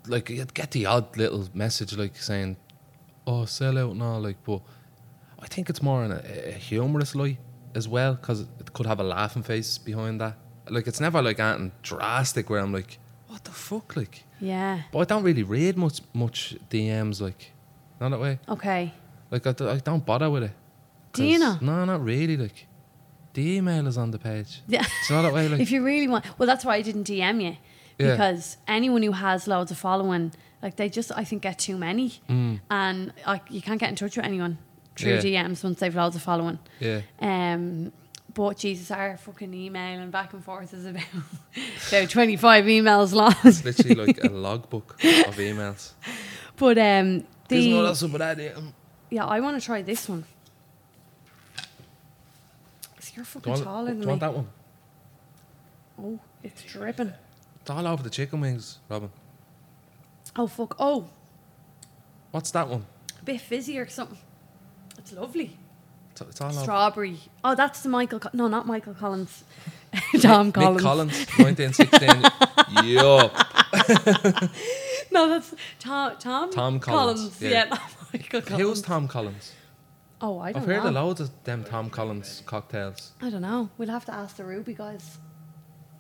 Like you'd get the odd little message like saying, "Oh, sell out and all," like, but I think it's more in a, a humorous light as well because it could have a laughing face behind that. Like it's never like anything drastic where I'm like, "What the fuck?" Like, yeah but I don't really read much much DMs like, not that way. okay Like I, d- I don't bother with it. Do you 'Cause- No, not really. Like, the email is on the page. Yeah. It's not that way. Like, if you really want well that's why i didn't dm you Yeah. because anyone who has loads of following like they just i think get too many and like you can't get in touch with anyone through Mm. Yeah. dms once they've loads of following yeah. um but jesus our fucking email and back and forth is about about 25 emails long It's literally like a logbook of emails. but um There's no the, that's a bad e- idea. yeah i want to try this one so you're Do you fucking want, taller do than you want me that one? oh it's dripping It's all over the chicken wings, Robin. oh fuck oh What's that one? a bit fizzy or something it's lovely It's, it's all over. Strawberry. Oh, that's the Michael. Co- no, not Michael Collins. Tom Collins. Nick Collins, 1916. Yup. No, that's Tom. Tom. Tom Collins, Yeah, yeah. not Michael Collins. Who's Tom Collins? oh, I don't I've heard know. a load of them Tom Collins cocktails. I don't know. We'll have to ask the Ruby guys.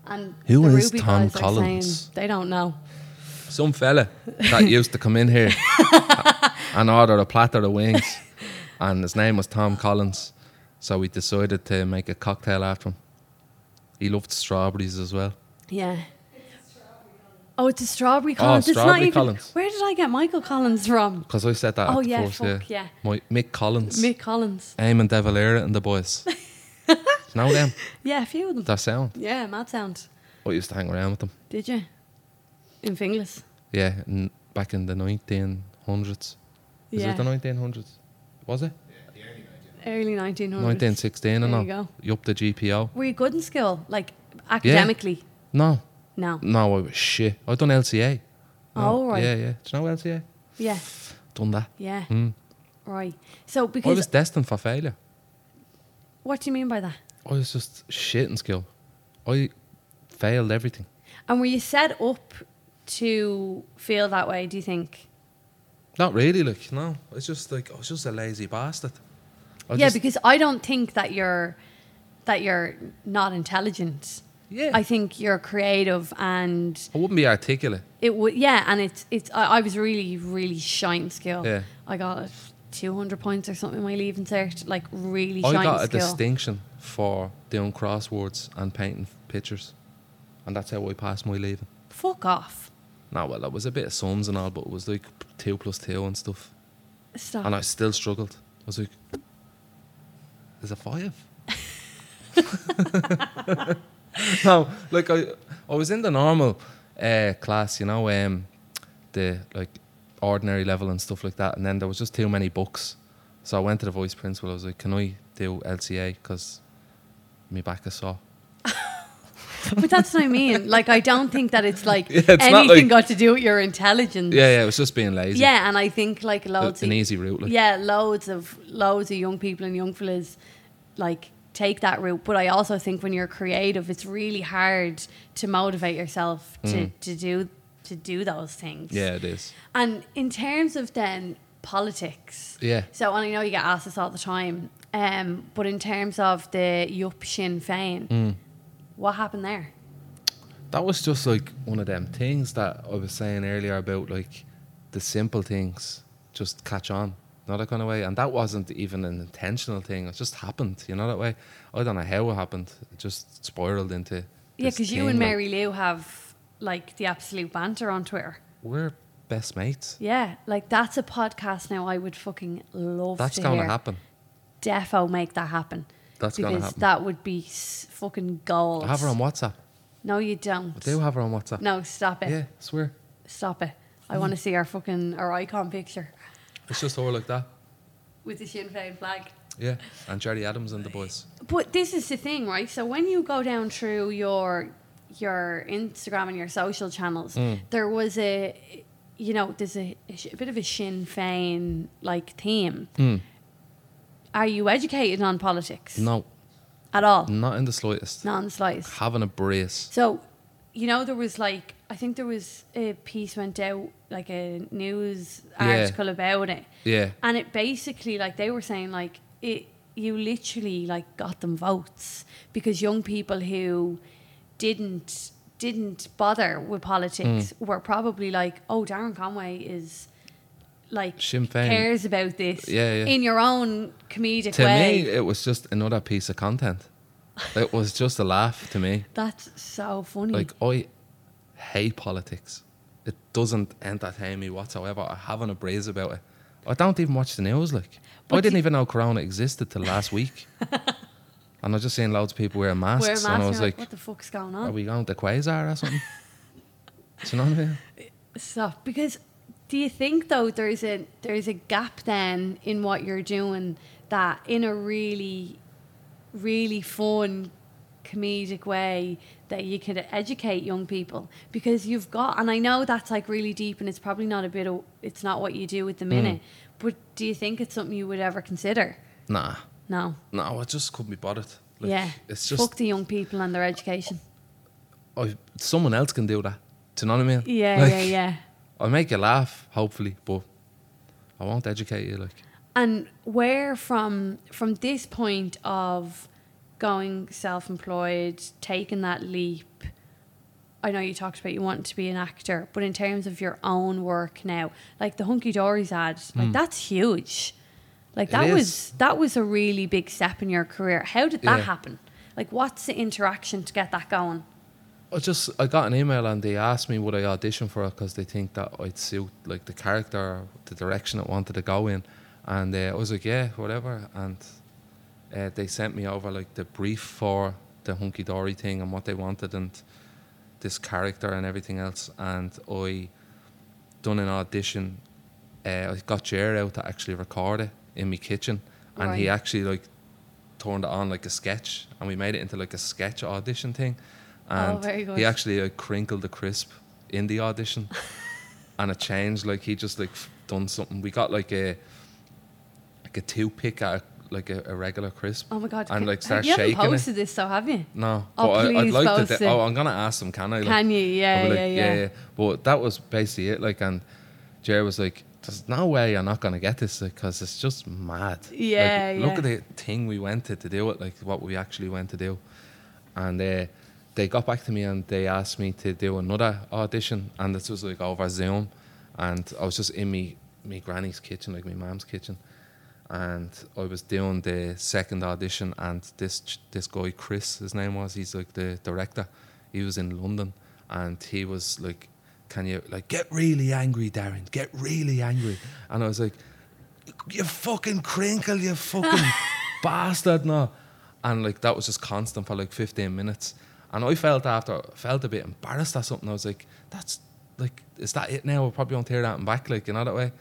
And Who the is Ruby Tom guys are saying Collins? they don't know. Some fella that used to come in here and order a platter of wings, and his name was Tom Collins. So we decided to make a cocktail after him. He loved strawberries as well. Yeah. Oh, it's a strawberry Oh, Collins. it's not strawberry even. Collins. Where did I get Michael Collins from? Because I said that Oh, at the yeah, first, fuck, yeah. My, Mick Collins. Mick Collins. Eamon De Valera and the boys. Do you know them? Yeah, a few of them. That sound. Yeah, mad sound. I used to hang around with them. Did you? In Finglas. Yeah, n- back in the 1900s. Is Yeah. it the 1900s? Was it? Early 1900s. 1916 and There all. you go. You up the GPO? Were you good in school? Like academically? No, No. no, I was shit. I done LCA. Oh, right. Yeah, yeah. Do you know LCA? Yeah. Done that. Yeah. Mm. Right. So I because was destined for failure. what do you mean by that? I was just shit in school. I failed everything. And were you set up to feel that way, do you think? Not really, like no. It's just like I was just a lazy bastard. I yeah, just- because I don't think that you're that you're not intelligent. yeah. I think you're creative and I wouldn't be articulate. it would yeah, and it's it's I, I was really, really shy in school. Yeah. I got two hundred points or something in my leaving cert. Like really I shy got in a school. distinction for doing crosswords and painting f- pictures, and that's how I passed my leaving. Fuck off. Now, well, that was a bit of sums and all, but it was like p- two plus two and stuff, Stop. and I still struggled. I was like, "Is it five? no, like I, I was in the normal uh, class, you know, um, the like ordinary level and stuff like that, and then there was just too many books, so I went to the vice principal. I was like, "Can I do LCA? Because my back is sore." But that's what I mean. Like, I don't think that it's like Yeah, it's not anything like- got to do with your intelligence. Yeah, yeah, it was just being lazy. Yeah, and I think like A- loads an of easy route. Like. yeah, loads of loads of young people and young fellas like take that route. But I also think when you're creative, it's really hard to motivate yourself to, to do to do those things. Mm. Yeah, it is. And in terms of then politics, Yeah. So, and I know you get asked this all the time, um, but in terms of the Yup Sinn Fein, Mm. what happened there? That was just like one of them things that I was saying earlier about like the simple things just catch on. You know that kind of way. And that wasn't even an intentional thing. It just happened, you know that way. I don't know how it happened. It just spiraled into Yeah, this because you thing, and like, Mary Lou have like the absolute banter on Twitter. we're best mates. Yeah, like that's a podcast now. I would fucking love. That's to going to hear. happen. Defo, make that happen. That's because gonna happen. that would be s- fucking gold. I have her on WhatsApp. No, you don't. I do have her on WhatsApp. No, stop it. Yeah, swear. Stop it. I want to see our fucking our icon picture It's just her like that. with the Sinn Féin flag. Yeah. And Jerry Adams and the boys. But this is the thing, right? So when you go down through your your Instagram and your social channels, Mm. there was a you know there's a, a sh- a bit of a Sinn Féin like theme. Are you educated on politics No, at all? not in the slightest. Not on the slightest. Having a brace. So, you know, there was like I think there was a piece went out like a news Yeah. article about it, Yeah. and it basically like they were saying like it you literally like got them votes because young people who didn't didn't bother with politics Mm. were probably like, oh, Darren Conway is. Like Sinn Féin. cares about this Yeah, yeah. in your own comedic To way. me, it was just another piece of content. It was just a laugh to me. That's so funny. Like, I hate politics. It doesn't entertain me whatsoever. I haven't a braze about it. I don't even watch the news. Like, But I didn't you- even know Corona existed till last week. and I just seen loads of people wearing masks. Wear masks and I and was you're like, like, what the fuck's going are on? we going to Quasar or something? Do you know what I mean? stuff because do you think though there's a there's a gap then in what you're doing that in a really really fun comedic way that you could educate young people because you've got and I know that's like really deep and it's probably not a bit of it's not what you do Mm. at the minute but do you think it's something you would ever consider Nah. no No, I just couldn't be bothered. Like, yeah It's just, fuck the young people and their education I, someone else can do that. Do you know what I mean? yeah Like, yeah yeah I'll make you laugh, hopefully, but I won't educate you. Like, And where from from this point of going self-employed, taking that leap, I know you talked about you wanting to be an actor, but in terms of your own work now, like the Hunky Dory's ad, like that's huge. Like Hmm. It that is. was that was a really big step in your career. How did that Yeah. happen? Like what's the interaction to get that going? I just I got an email and they asked me would I audition for it because they think that I'd suit like the character, or the direction it wanted to go in, and uh, I was like yeah whatever, and uh, they sent me over like the brief for the hunky dory thing and what they wanted and this character and everything else, and I done an audition. Uh, I got Jer out to actually record it in my kitchen, and he Right. actually like turned it on like a sketch, and we made it into like a sketch audition thing. Oh, And very good. he actually like, crinkled the crisp in the audition, and it changed. Like he just like f- done something. We got like a like a toothpick out of, like a, a regular crisp. Oh my god. And can- like start you shaking haven't it. posted this though, have you? No, Oh, but I, I'd please like to. post thi- it. oh, I'm gonna ask them. Can I? Like, Can you? I'll Yeah, be like, yeah, yeah. But that was basically it. Like, and Jerry was like, "There's no way you're not gonna get this because it's just mad." Like, Yeah, Look yeah. at the thing we went to to do it. Like what we actually went to do, and uh, they got back to me and they asked me to do another audition, and this was like over Zoom, and I was just in me me granny's kitchen, like my mom's kitchen. And I was doing the second audition, and this ch- this guy Chris, his name was, he's like the director. He was in London, and he was like, "Can you like get really angry, Darren? Get really angry." And I was like, "You fucking crinkle, you fucking bastard!" No, and like that was just constant for like 15 minutes. And I felt after felt a bit embarrassed or something. I was like, "That's like, is that it now? We probably won't hear that and back, like you know that way."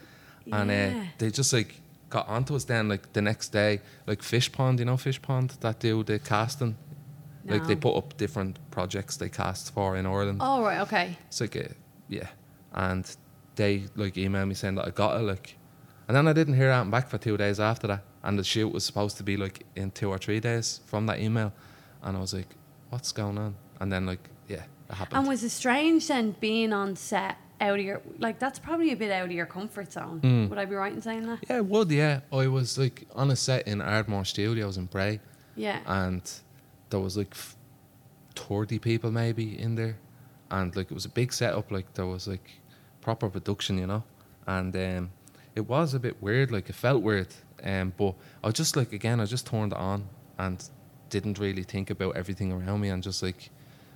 And Yeah. uh, they just like got onto us then like the next day like fish pond you know fish pond that do the casting like they No. put up different projects they cast for in ireland Oh right, okay. it's like a, yeah and they like emailed me saying that i got it like and then i didn't hear out and back for two days after that and the shoot was supposed to be like in two or three days from that email and i was like what's going on and then like yeah it happened And was it strange then being on set out of your like that's probably a bit out of your comfort zone. Would I be right in saying that? yeah it would yeah i was like on a set in ardmore studios in bray Yeah. and there was like f- 30 people maybe in there and like it was a big setup like there was like proper production you know and um it was a bit weird like it felt weird um but i just like again i just turned it on and didn't really think about everything around me and just like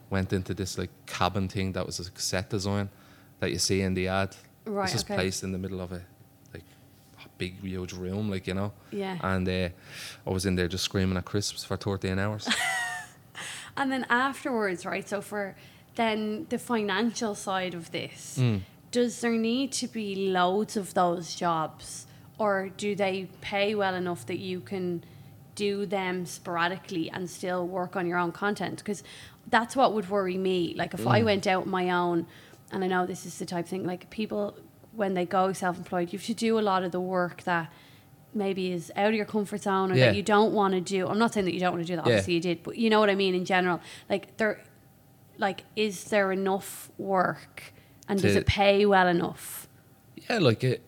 went into this like cabin thing that was a set design that you see in the ad Right, it's just okay. placed in the middle of a like a big huge room, like you know. Yeah. And uh, I was in there just screaming at crisps for 13 hours. And then afterwards, right? So for then the financial side of this, does there need to be loads of those jobs, or do they pay well enough that you can do them sporadically and still work on your own content? Because that's what would worry me. Like if I went out on my own, and I know this is the type of thing like people when they go self-employed, you have to do a lot of the work that maybe is out of your comfort zone or Yeah. that you don't want to do. I'm not saying that you don't want to do that. Yeah. Obviously, you did, but you know what I mean in general. Like there, like is there enough work, and does To- it pay well enough? yeah, like it,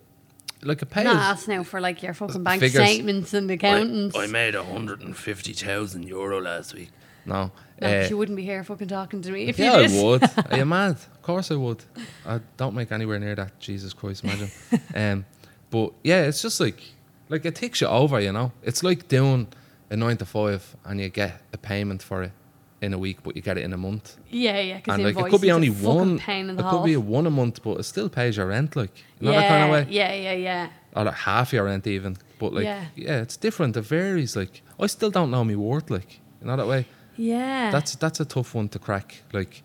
like I'm it pays. not asking now for like your fucking bank Figures. statements and accountants. I made 150,000 euro last week. No. No, eh, 'cause you wouldn't be here fucking talking to me if yeah, you did. I would. Are you mad? Of course I would. I don't make anywhere near that. Jesus Christ, imagine. um, but yeah, it's just like, like it takes you over, you know. It's like doing a nine to five and you get a payment for it in a week, but you get it in a month. Yeah, yeah. Because And like it could be only one. Pain in the it hole. could be a one a month, but it still pays your rent, like you know yeah, that kind of way yeah, yeah, yeah. or like half your rent even. But like, Yeah. yeah. it's different. It varies. Like, I still don't know my worth. Like, you know that way. Yeah. That's that's a tough one to crack. Like,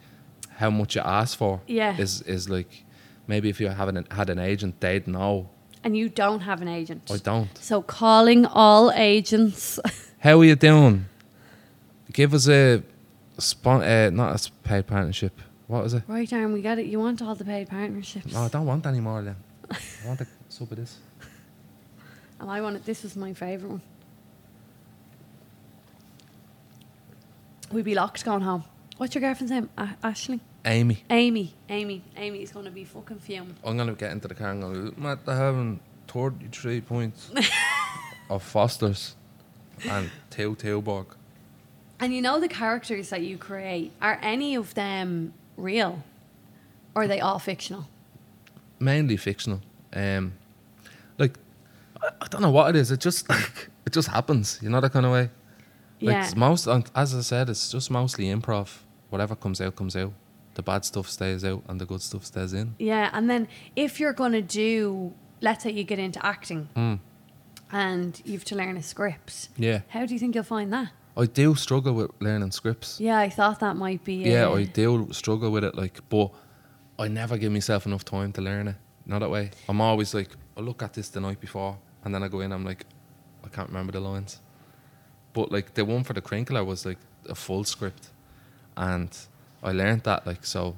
how much you ask for. Yeah. Is is like, maybe if you haven't had an agent, they'd know. and you don't have an agent. I don't. So calling all agents. How are you doing? Give us a, spon- uh, not a s- paid partnership. What is it? right, Aaron, we got it. You want all the paid partnerships. No, I don't want any more. Then I want a sub of this. And I wanted this was my favourite one. We'd be locked going home. What's your girlfriend's name? A- Ashley. Amy. Amy. Amy. Amy's gonna be fucking fuming. I'm gonna get into the car and go, Matt, they're having 33 points of Foster's and Tail Tailbog. And you know the characters that you create, are any of them real? Or are they all fictional? Mainly fictional. Um, like, I, I don't know what it is. It just like, it just happens. You know that kind of way. Like Yeah. it's most, and as I said, it's just mostly improv. Whatever comes out comes out. The bad stuff stays out and the good stuff stays in. Yeah, and then if you're gonna do, let's say you get into acting, and you have to learn a script. Hmm. Yeah. How do you think you'll find that? I do struggle with learning scripts. Yeah, I thought that might be. yeah, uh, I do struggle with it, like, but I never give myself enough time to learn it. Not that way. I'm always like, I look at this the night before, and then I go in, I'm like, I can't remember the lines. But like the one for the crinkler was like a full script, and I learned that like so,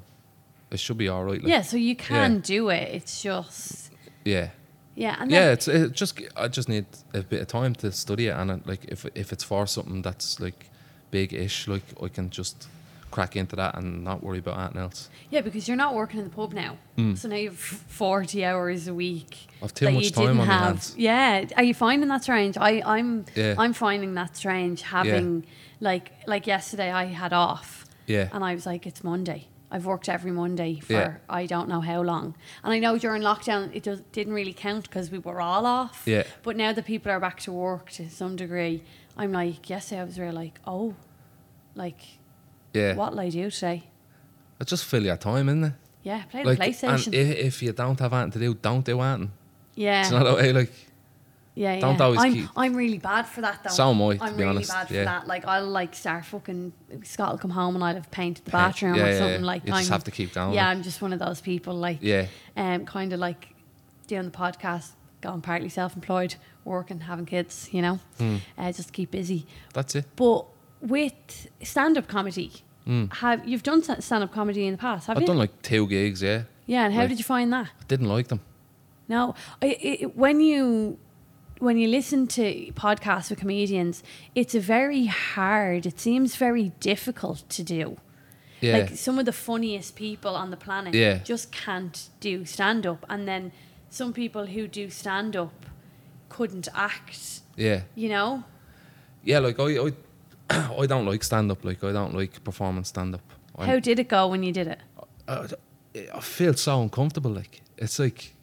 it should be all right. Like, yeah, so you can do it. It's just Yeah. yeah, and yeah, then, it's it just I just need a bit of time to study it, and uh, like if if it's for something that's like big-ish, like I can just crack into that and not worry about anything else. yeah, because you're not working in the pub now, so now you've forty hours a week. Hmm. I've too that much you time didn't on my have. hands. Yeah, are you finding that strange? I, I'm Yeah. I'm finding that strange having like like yesterday I had off. Yeah. And I was like, it's Monday. I've worked every Monday for Yeah. I don't know how long. And I know during lockdown it does, didn't really count because we were all off. Yeah. But now that people are back to work to some degree, I'm like, yesterday I was really like, oh, like, Yeah. what'll I do today? It just fill your time, isn't it? Yeah, play Like, the PlayStation. And if, if you don't have anything to do, don't do anything. yeah. It's not that way. Like, Yeah, yeah. Don't always I'm, keep- I'm really bad for that though. So am I, to I'm be really honest, bad for yeah. that. Like I'll like start fucking Scott will come home and I'll have painted the Paint- bathroom yeah, or yeah, something yeah. like You I'm, just have to keep going. Yeah, I'm just one of those people like Yeah. um kind of like doing the podcast, going partly self employed, working, having kids, you know. Hmm. Uh, just keep busy. that's it. But with stand up comedy, have you've done stand up comedy in the past, have Hmm. I've you? done like two gigs, yeah. yeah, and how like- did you find that? I didn't like them. No, I, i when you when you listen to podcasts with comedians, it's a very hard. It seems very difficult to do. Yeah. Like some of the funniest people on the planet Yeah. just can't do stand up, and then some people who do stand up couldn't act. yeah. You know? Yeah, like, I, I, I don't like stand up. Like, I don't like performance stand up. How did it go when you did it? I, I feel so uncomfortable. Like, it's like,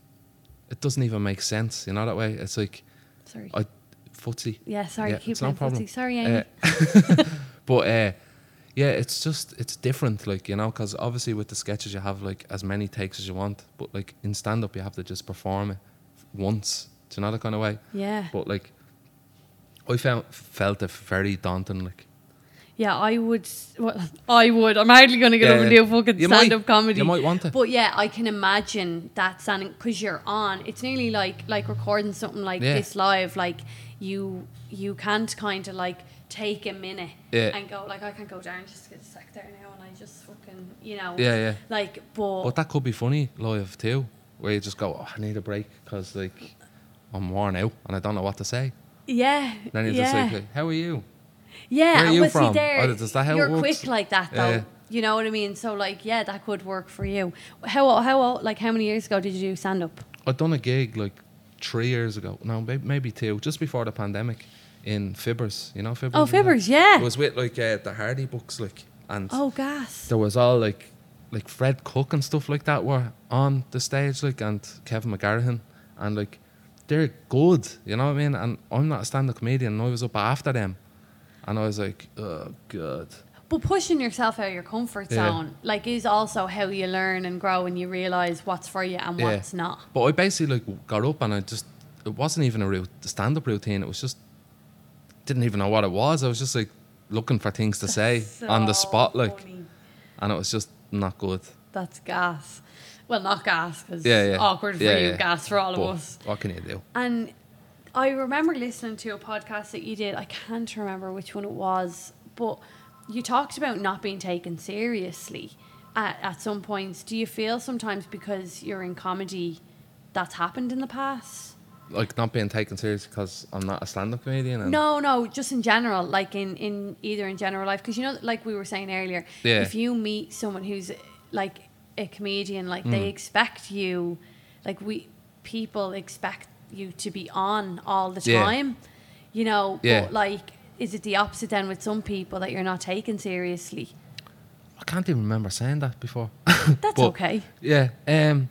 it doesn't even make sense, you know, that way. It's like, Sorry. I, footsie. yeah, sorry. yeah, keep it's no Uh, playing problem. footsie. Sorry, Amy. Uh, but uh, yeah, it's just it's different, like you know, because obviously with the sketches you have like as many takes as you want, but like in stand up you have to just perform it once. Do you know that kind of way? Yeah. But like, I felt felt it very daunting. Like, Yeah, I would. s- Well, I would. I'm hardly going to get Yeah. up and do a fucking You might- stand-up comedy. you might want to. But yeah, I can imagine that standing because you're on. It's nearly like like recording something like Yeah. this live. Like you you can't kind of like take a minute Yeah. and go like I can go down just get stuck there now and I just fucking you know Yeah, yeah. like but, but that could be funny live too, where you just go, oh, I need a break because like I'm worn out and I don't know what to say. yeah Then you yeah. just like, like, how are you? Yeah, Where are and you we'll from? See there, Oh, does that how it you're works? quick like that though. Yeah, yeah. You know what I mean? So like, yeah, that could work for you. How o- how o- like how many years ago did you do stand up? I'd done a gig like three years ago. No, may- maybe two, just before the pandemic, in Fibbers. You know Fibbers. Oh, and that? Fibbers, yeah. It was with like uh, the Hardy books, like, and Oh, gas. there was all like, like Fred Cook and stuff like that were on the stage, like, and Kevin McGarrahan, and like, they're good. You know what I mean? And I'm not a stand-up comedian. And I was up after them, and I was like, oh god. But pushing yourself out of your comfort Yeah. zone, like, is also how you learn and grow, and you realize what's for you and Yeah. what's not. But I basically like got up and I just it wasn't even a real stand up routine. It was just didn't even know what it was. I was just like looking for things to say on the So spot, like, funny. and it was just not good. that's gas. Well, not gas because Yeah, yeah. awkward for Yeah, you, yeah. gas for all But of us. What can you do? And I remember listening to a podcast that you did. I can't remember which one it was, but you talked about not being taken seriously at, at some points. Do you feel sometimes because you're in comedy that's happened in the past? Like not being taken serious because I'm not a stand up comedian. And No, no, just in general, like in, in either in general life. Because you know, like we were saying earlier, Yeah. if you meet someone who's like a comedian, like Mm. they expect you, like we people expect you to be on all the Yeah. time, you know. Yeah. But like, is it the opposite then with some people that you're not taken seriously? I can't even remember saying that before. That's But- okay. yeah. Um.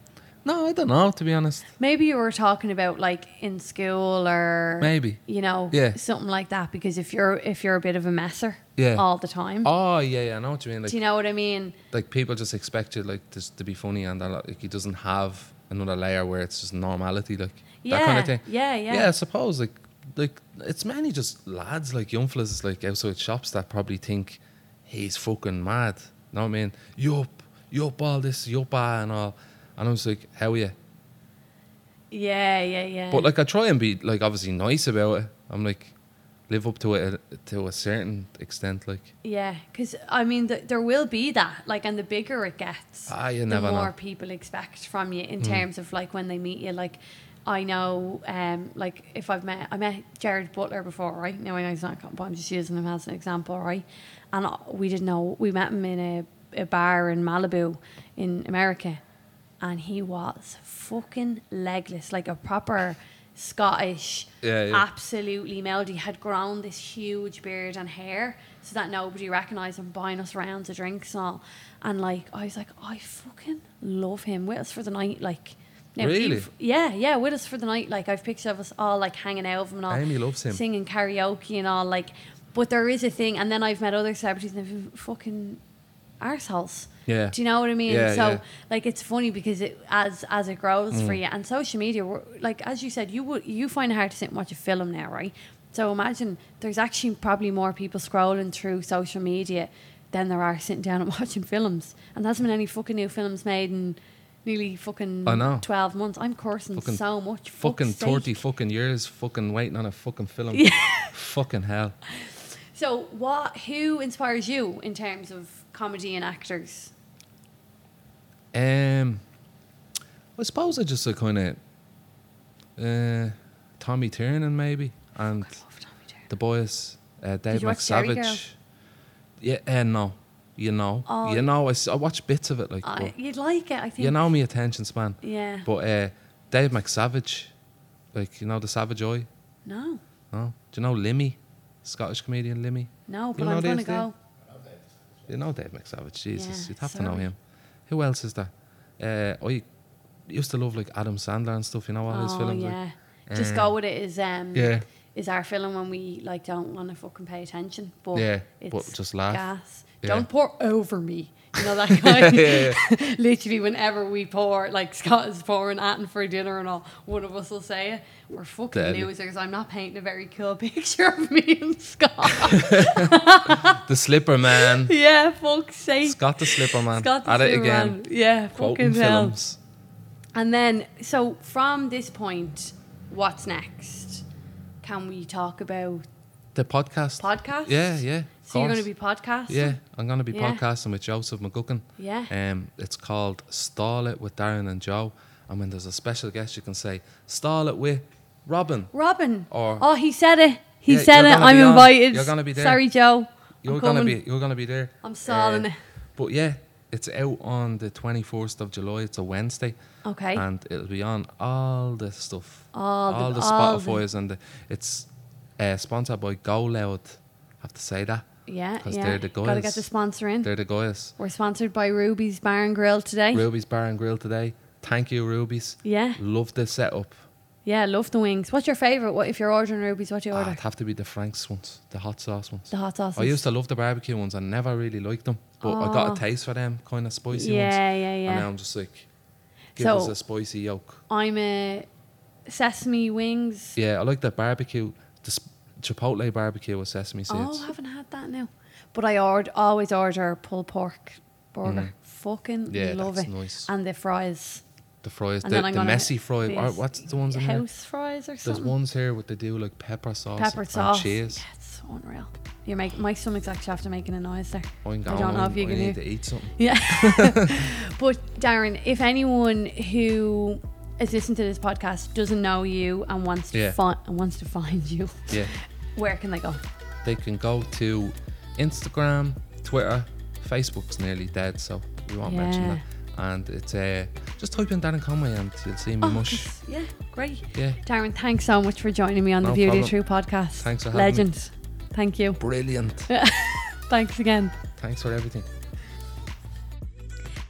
No, I don't know. To be honest, Maybe you were talking about like in school or Maybe. you know Yeah. something like that. Because if you're if you're a bit of a messer, Yeah. all the time. oh yeah, yeah, I know what you mean. Like Do you know what I mean? like people just expect you like just to be funny and they're like he doesn't have another layer where it's just normality like that kind Yeah, of thing yeah, yeah. yeah i suppose like like it's mainly just lads like young fellas like outside shops that probably think he's fucking mad you know what i mean yup yup all this yup ah, and all and i was like how are you Yeah, yeah, yeah. but like I try and be like obviously nice about it i'm like live up to it uh, to a certain extent like yeah, because I mean, th- there will be that. Like, and the bigger it gets, Ah, you the never know. Mm. more people expect from you in terms of like when they meet you. Like, I know, um, like if I've met, I met Jared Butler before, right? Now I know he's not, a cop, but I'm just using him as an example, right? And uh, we didn't know we met him in a, a bar in Malibu, in America, and he was fucking legless, like a proper Scottish Yeah, yeah. absolutely Melody had grown this huge beard and hair so that nobody recognised him buying us rounds of drinks and all. And like I was like, I fucking love him. With us for the night, like now, he- Really? yeah, yeah, with us for the night. Like I've pictures of us all like hanging out of him and all. Amy loves him. Singing karaoke and all, like but there is a thing and then I've met other celebrities and they've been fucking arseholes. Yeah. Do you know what I mean? Yeah, so yeah. like it's funny because it as as it grows for Mm. you and social media we're- like as you said you would you find it hard to sit and watch a film now right so imagine there's actually probably more people scrolling through social media than there are sitting down and watching films and there hasn't been any fucking new films made in nearly fucking I know. 12 months i'm cursing Fucking- so much fuck's fucking sake. 30 fucking years fucking waiting on a fucking film fucking hell so what who inspires you in terms of comedy and actors Um, I suppose I just like kind of uh, Tommy Tiernan maybe, and I love Tommy Turner. the boys, uh, Dave you watch Derry McSavage. Yeah, uh, no, you know, Oh. you know, I, s- I watch bits of it like, I- but you'd like it i think you know me attention span. yeah But uh, Dave McSavage, like you know the Savage Eye, no no? Do you know Limmy, Scottish comedian Limmy? no but know i'm these, gonna do you? go You know Dave McSavage, Jesus, Yeah, you'd have to know sorry. him. Who else is there? Uh, I used to love like Adam Sandler and stuff. You know all his films. like- Oh, Yeah. Just Um, go with it is um yeah. is our feeling when we like don't want to fucking pay attention. But Yeah, it's but just laugh. Gas. Yeah. Don't pour over me. You know that guy. Yeah, Literally, whenever we pour, like Scott is pouring at and for dinner and all, one of us will say it. We're fucking Deadly. losers. I'm not painting a very cool picture of me and Scott. The slipper man. yeah, fuck's sake. Scott the slipper man. Scott the At it again. Superman. Yeah, Quoting fucking hell. films. And then, so from this point, what's next? Can we talk about The podcast. podcast? Yeah, yeah. of So you're going to course. be podcasting? Yeah, I'm going to be Yeah. podcasting with Joseph McGuckin. Yeah. Um, it's called Stall It with Darren and Joe. And when there's a special guest, you can say, Stall It with Robin. Robin. Or- oh, he said it. He Yeah, said you're it. gonna I'm be on. invited. You're gonna be there. Sorry, Joe. You're I'm gonna coming. be you're gonna be there. Um, I'm stalling it. But yeah, it's out on the twenty first of July. It's a Wednesday. Okay. And it'll be on all the stuff. All the- the all the- Spotify's and the, it's uh, sponsored by Go Loud. have to say that. yeah, 'Cause yeah. they're the Gotta get guys. the sponsor in. They're the guys. We're sponsored by Ruby's Bar and Grill today. Ruby's Bar and Grill today. Thank you, Ruby's. Yeah. Love the setup. Yeah, love the wings. What's your favourite? What if you're ordering Ruby's? What do you Ah, order? it'd have to be the Frank's ones, the hot sauce ones. the hot sauce. I used to love the barbecue ones. I never really liked them, but I got Oh. a taste for them, kind of spicy Yeah, ones. yeah, yeah. And now I'm just like, give So- us a spicy yolk. I'm a sesame wings. Yeah, I like the barbecue, the sp- chipotle barbecue with sesame oh, seeds. I haven't had that now. But I ord- always order pulled pork burger. Fucking Mm-hmm. Yeah, love that's it. nice. And the fries. the fries, And the, then I'm the gonna- messy fry. Or these what's the ones in here? House fries or There's something. ones here with they do like pepper sauce, pepper and sauce. cheese. Yeah, it's unreal. You're making my stomach's actually after making a noise there. I'm I going. don't know if you oh, I can need hear. to eat something. Yeah. but Darren, if anyone who is listening to this podcast doesn't know you and wants to Yeah. find and wants to find you, Yeah, where can they go? they can go to Instagram, Twitter, Facebook's nearly dead, so we won't mention Yeah. that. And it's uh, just type in Darren Conway and you'll see me Oh, mush. 'cause- yeah, great. Yeah, Darren, thanks so much for joining me on the No Beauty problem. True podcast. Thanks for having me. Legend. Thank you. brilliant. Thanks again. Thanks for everything.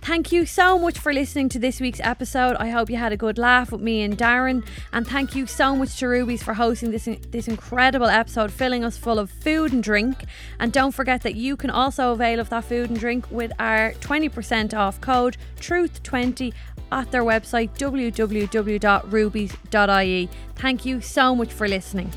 Thank you so much for listening to this week's episode. I hope you had a good laugh with me and Darren. And thank you so much to Ruby's for hosting this, this incredible episode, filling us full of food and drink. And don't forget that you can also avail of that food and drink with our 20% off code TRUTH20 at their website www.rubies.ie. Thank you E. so much for listening.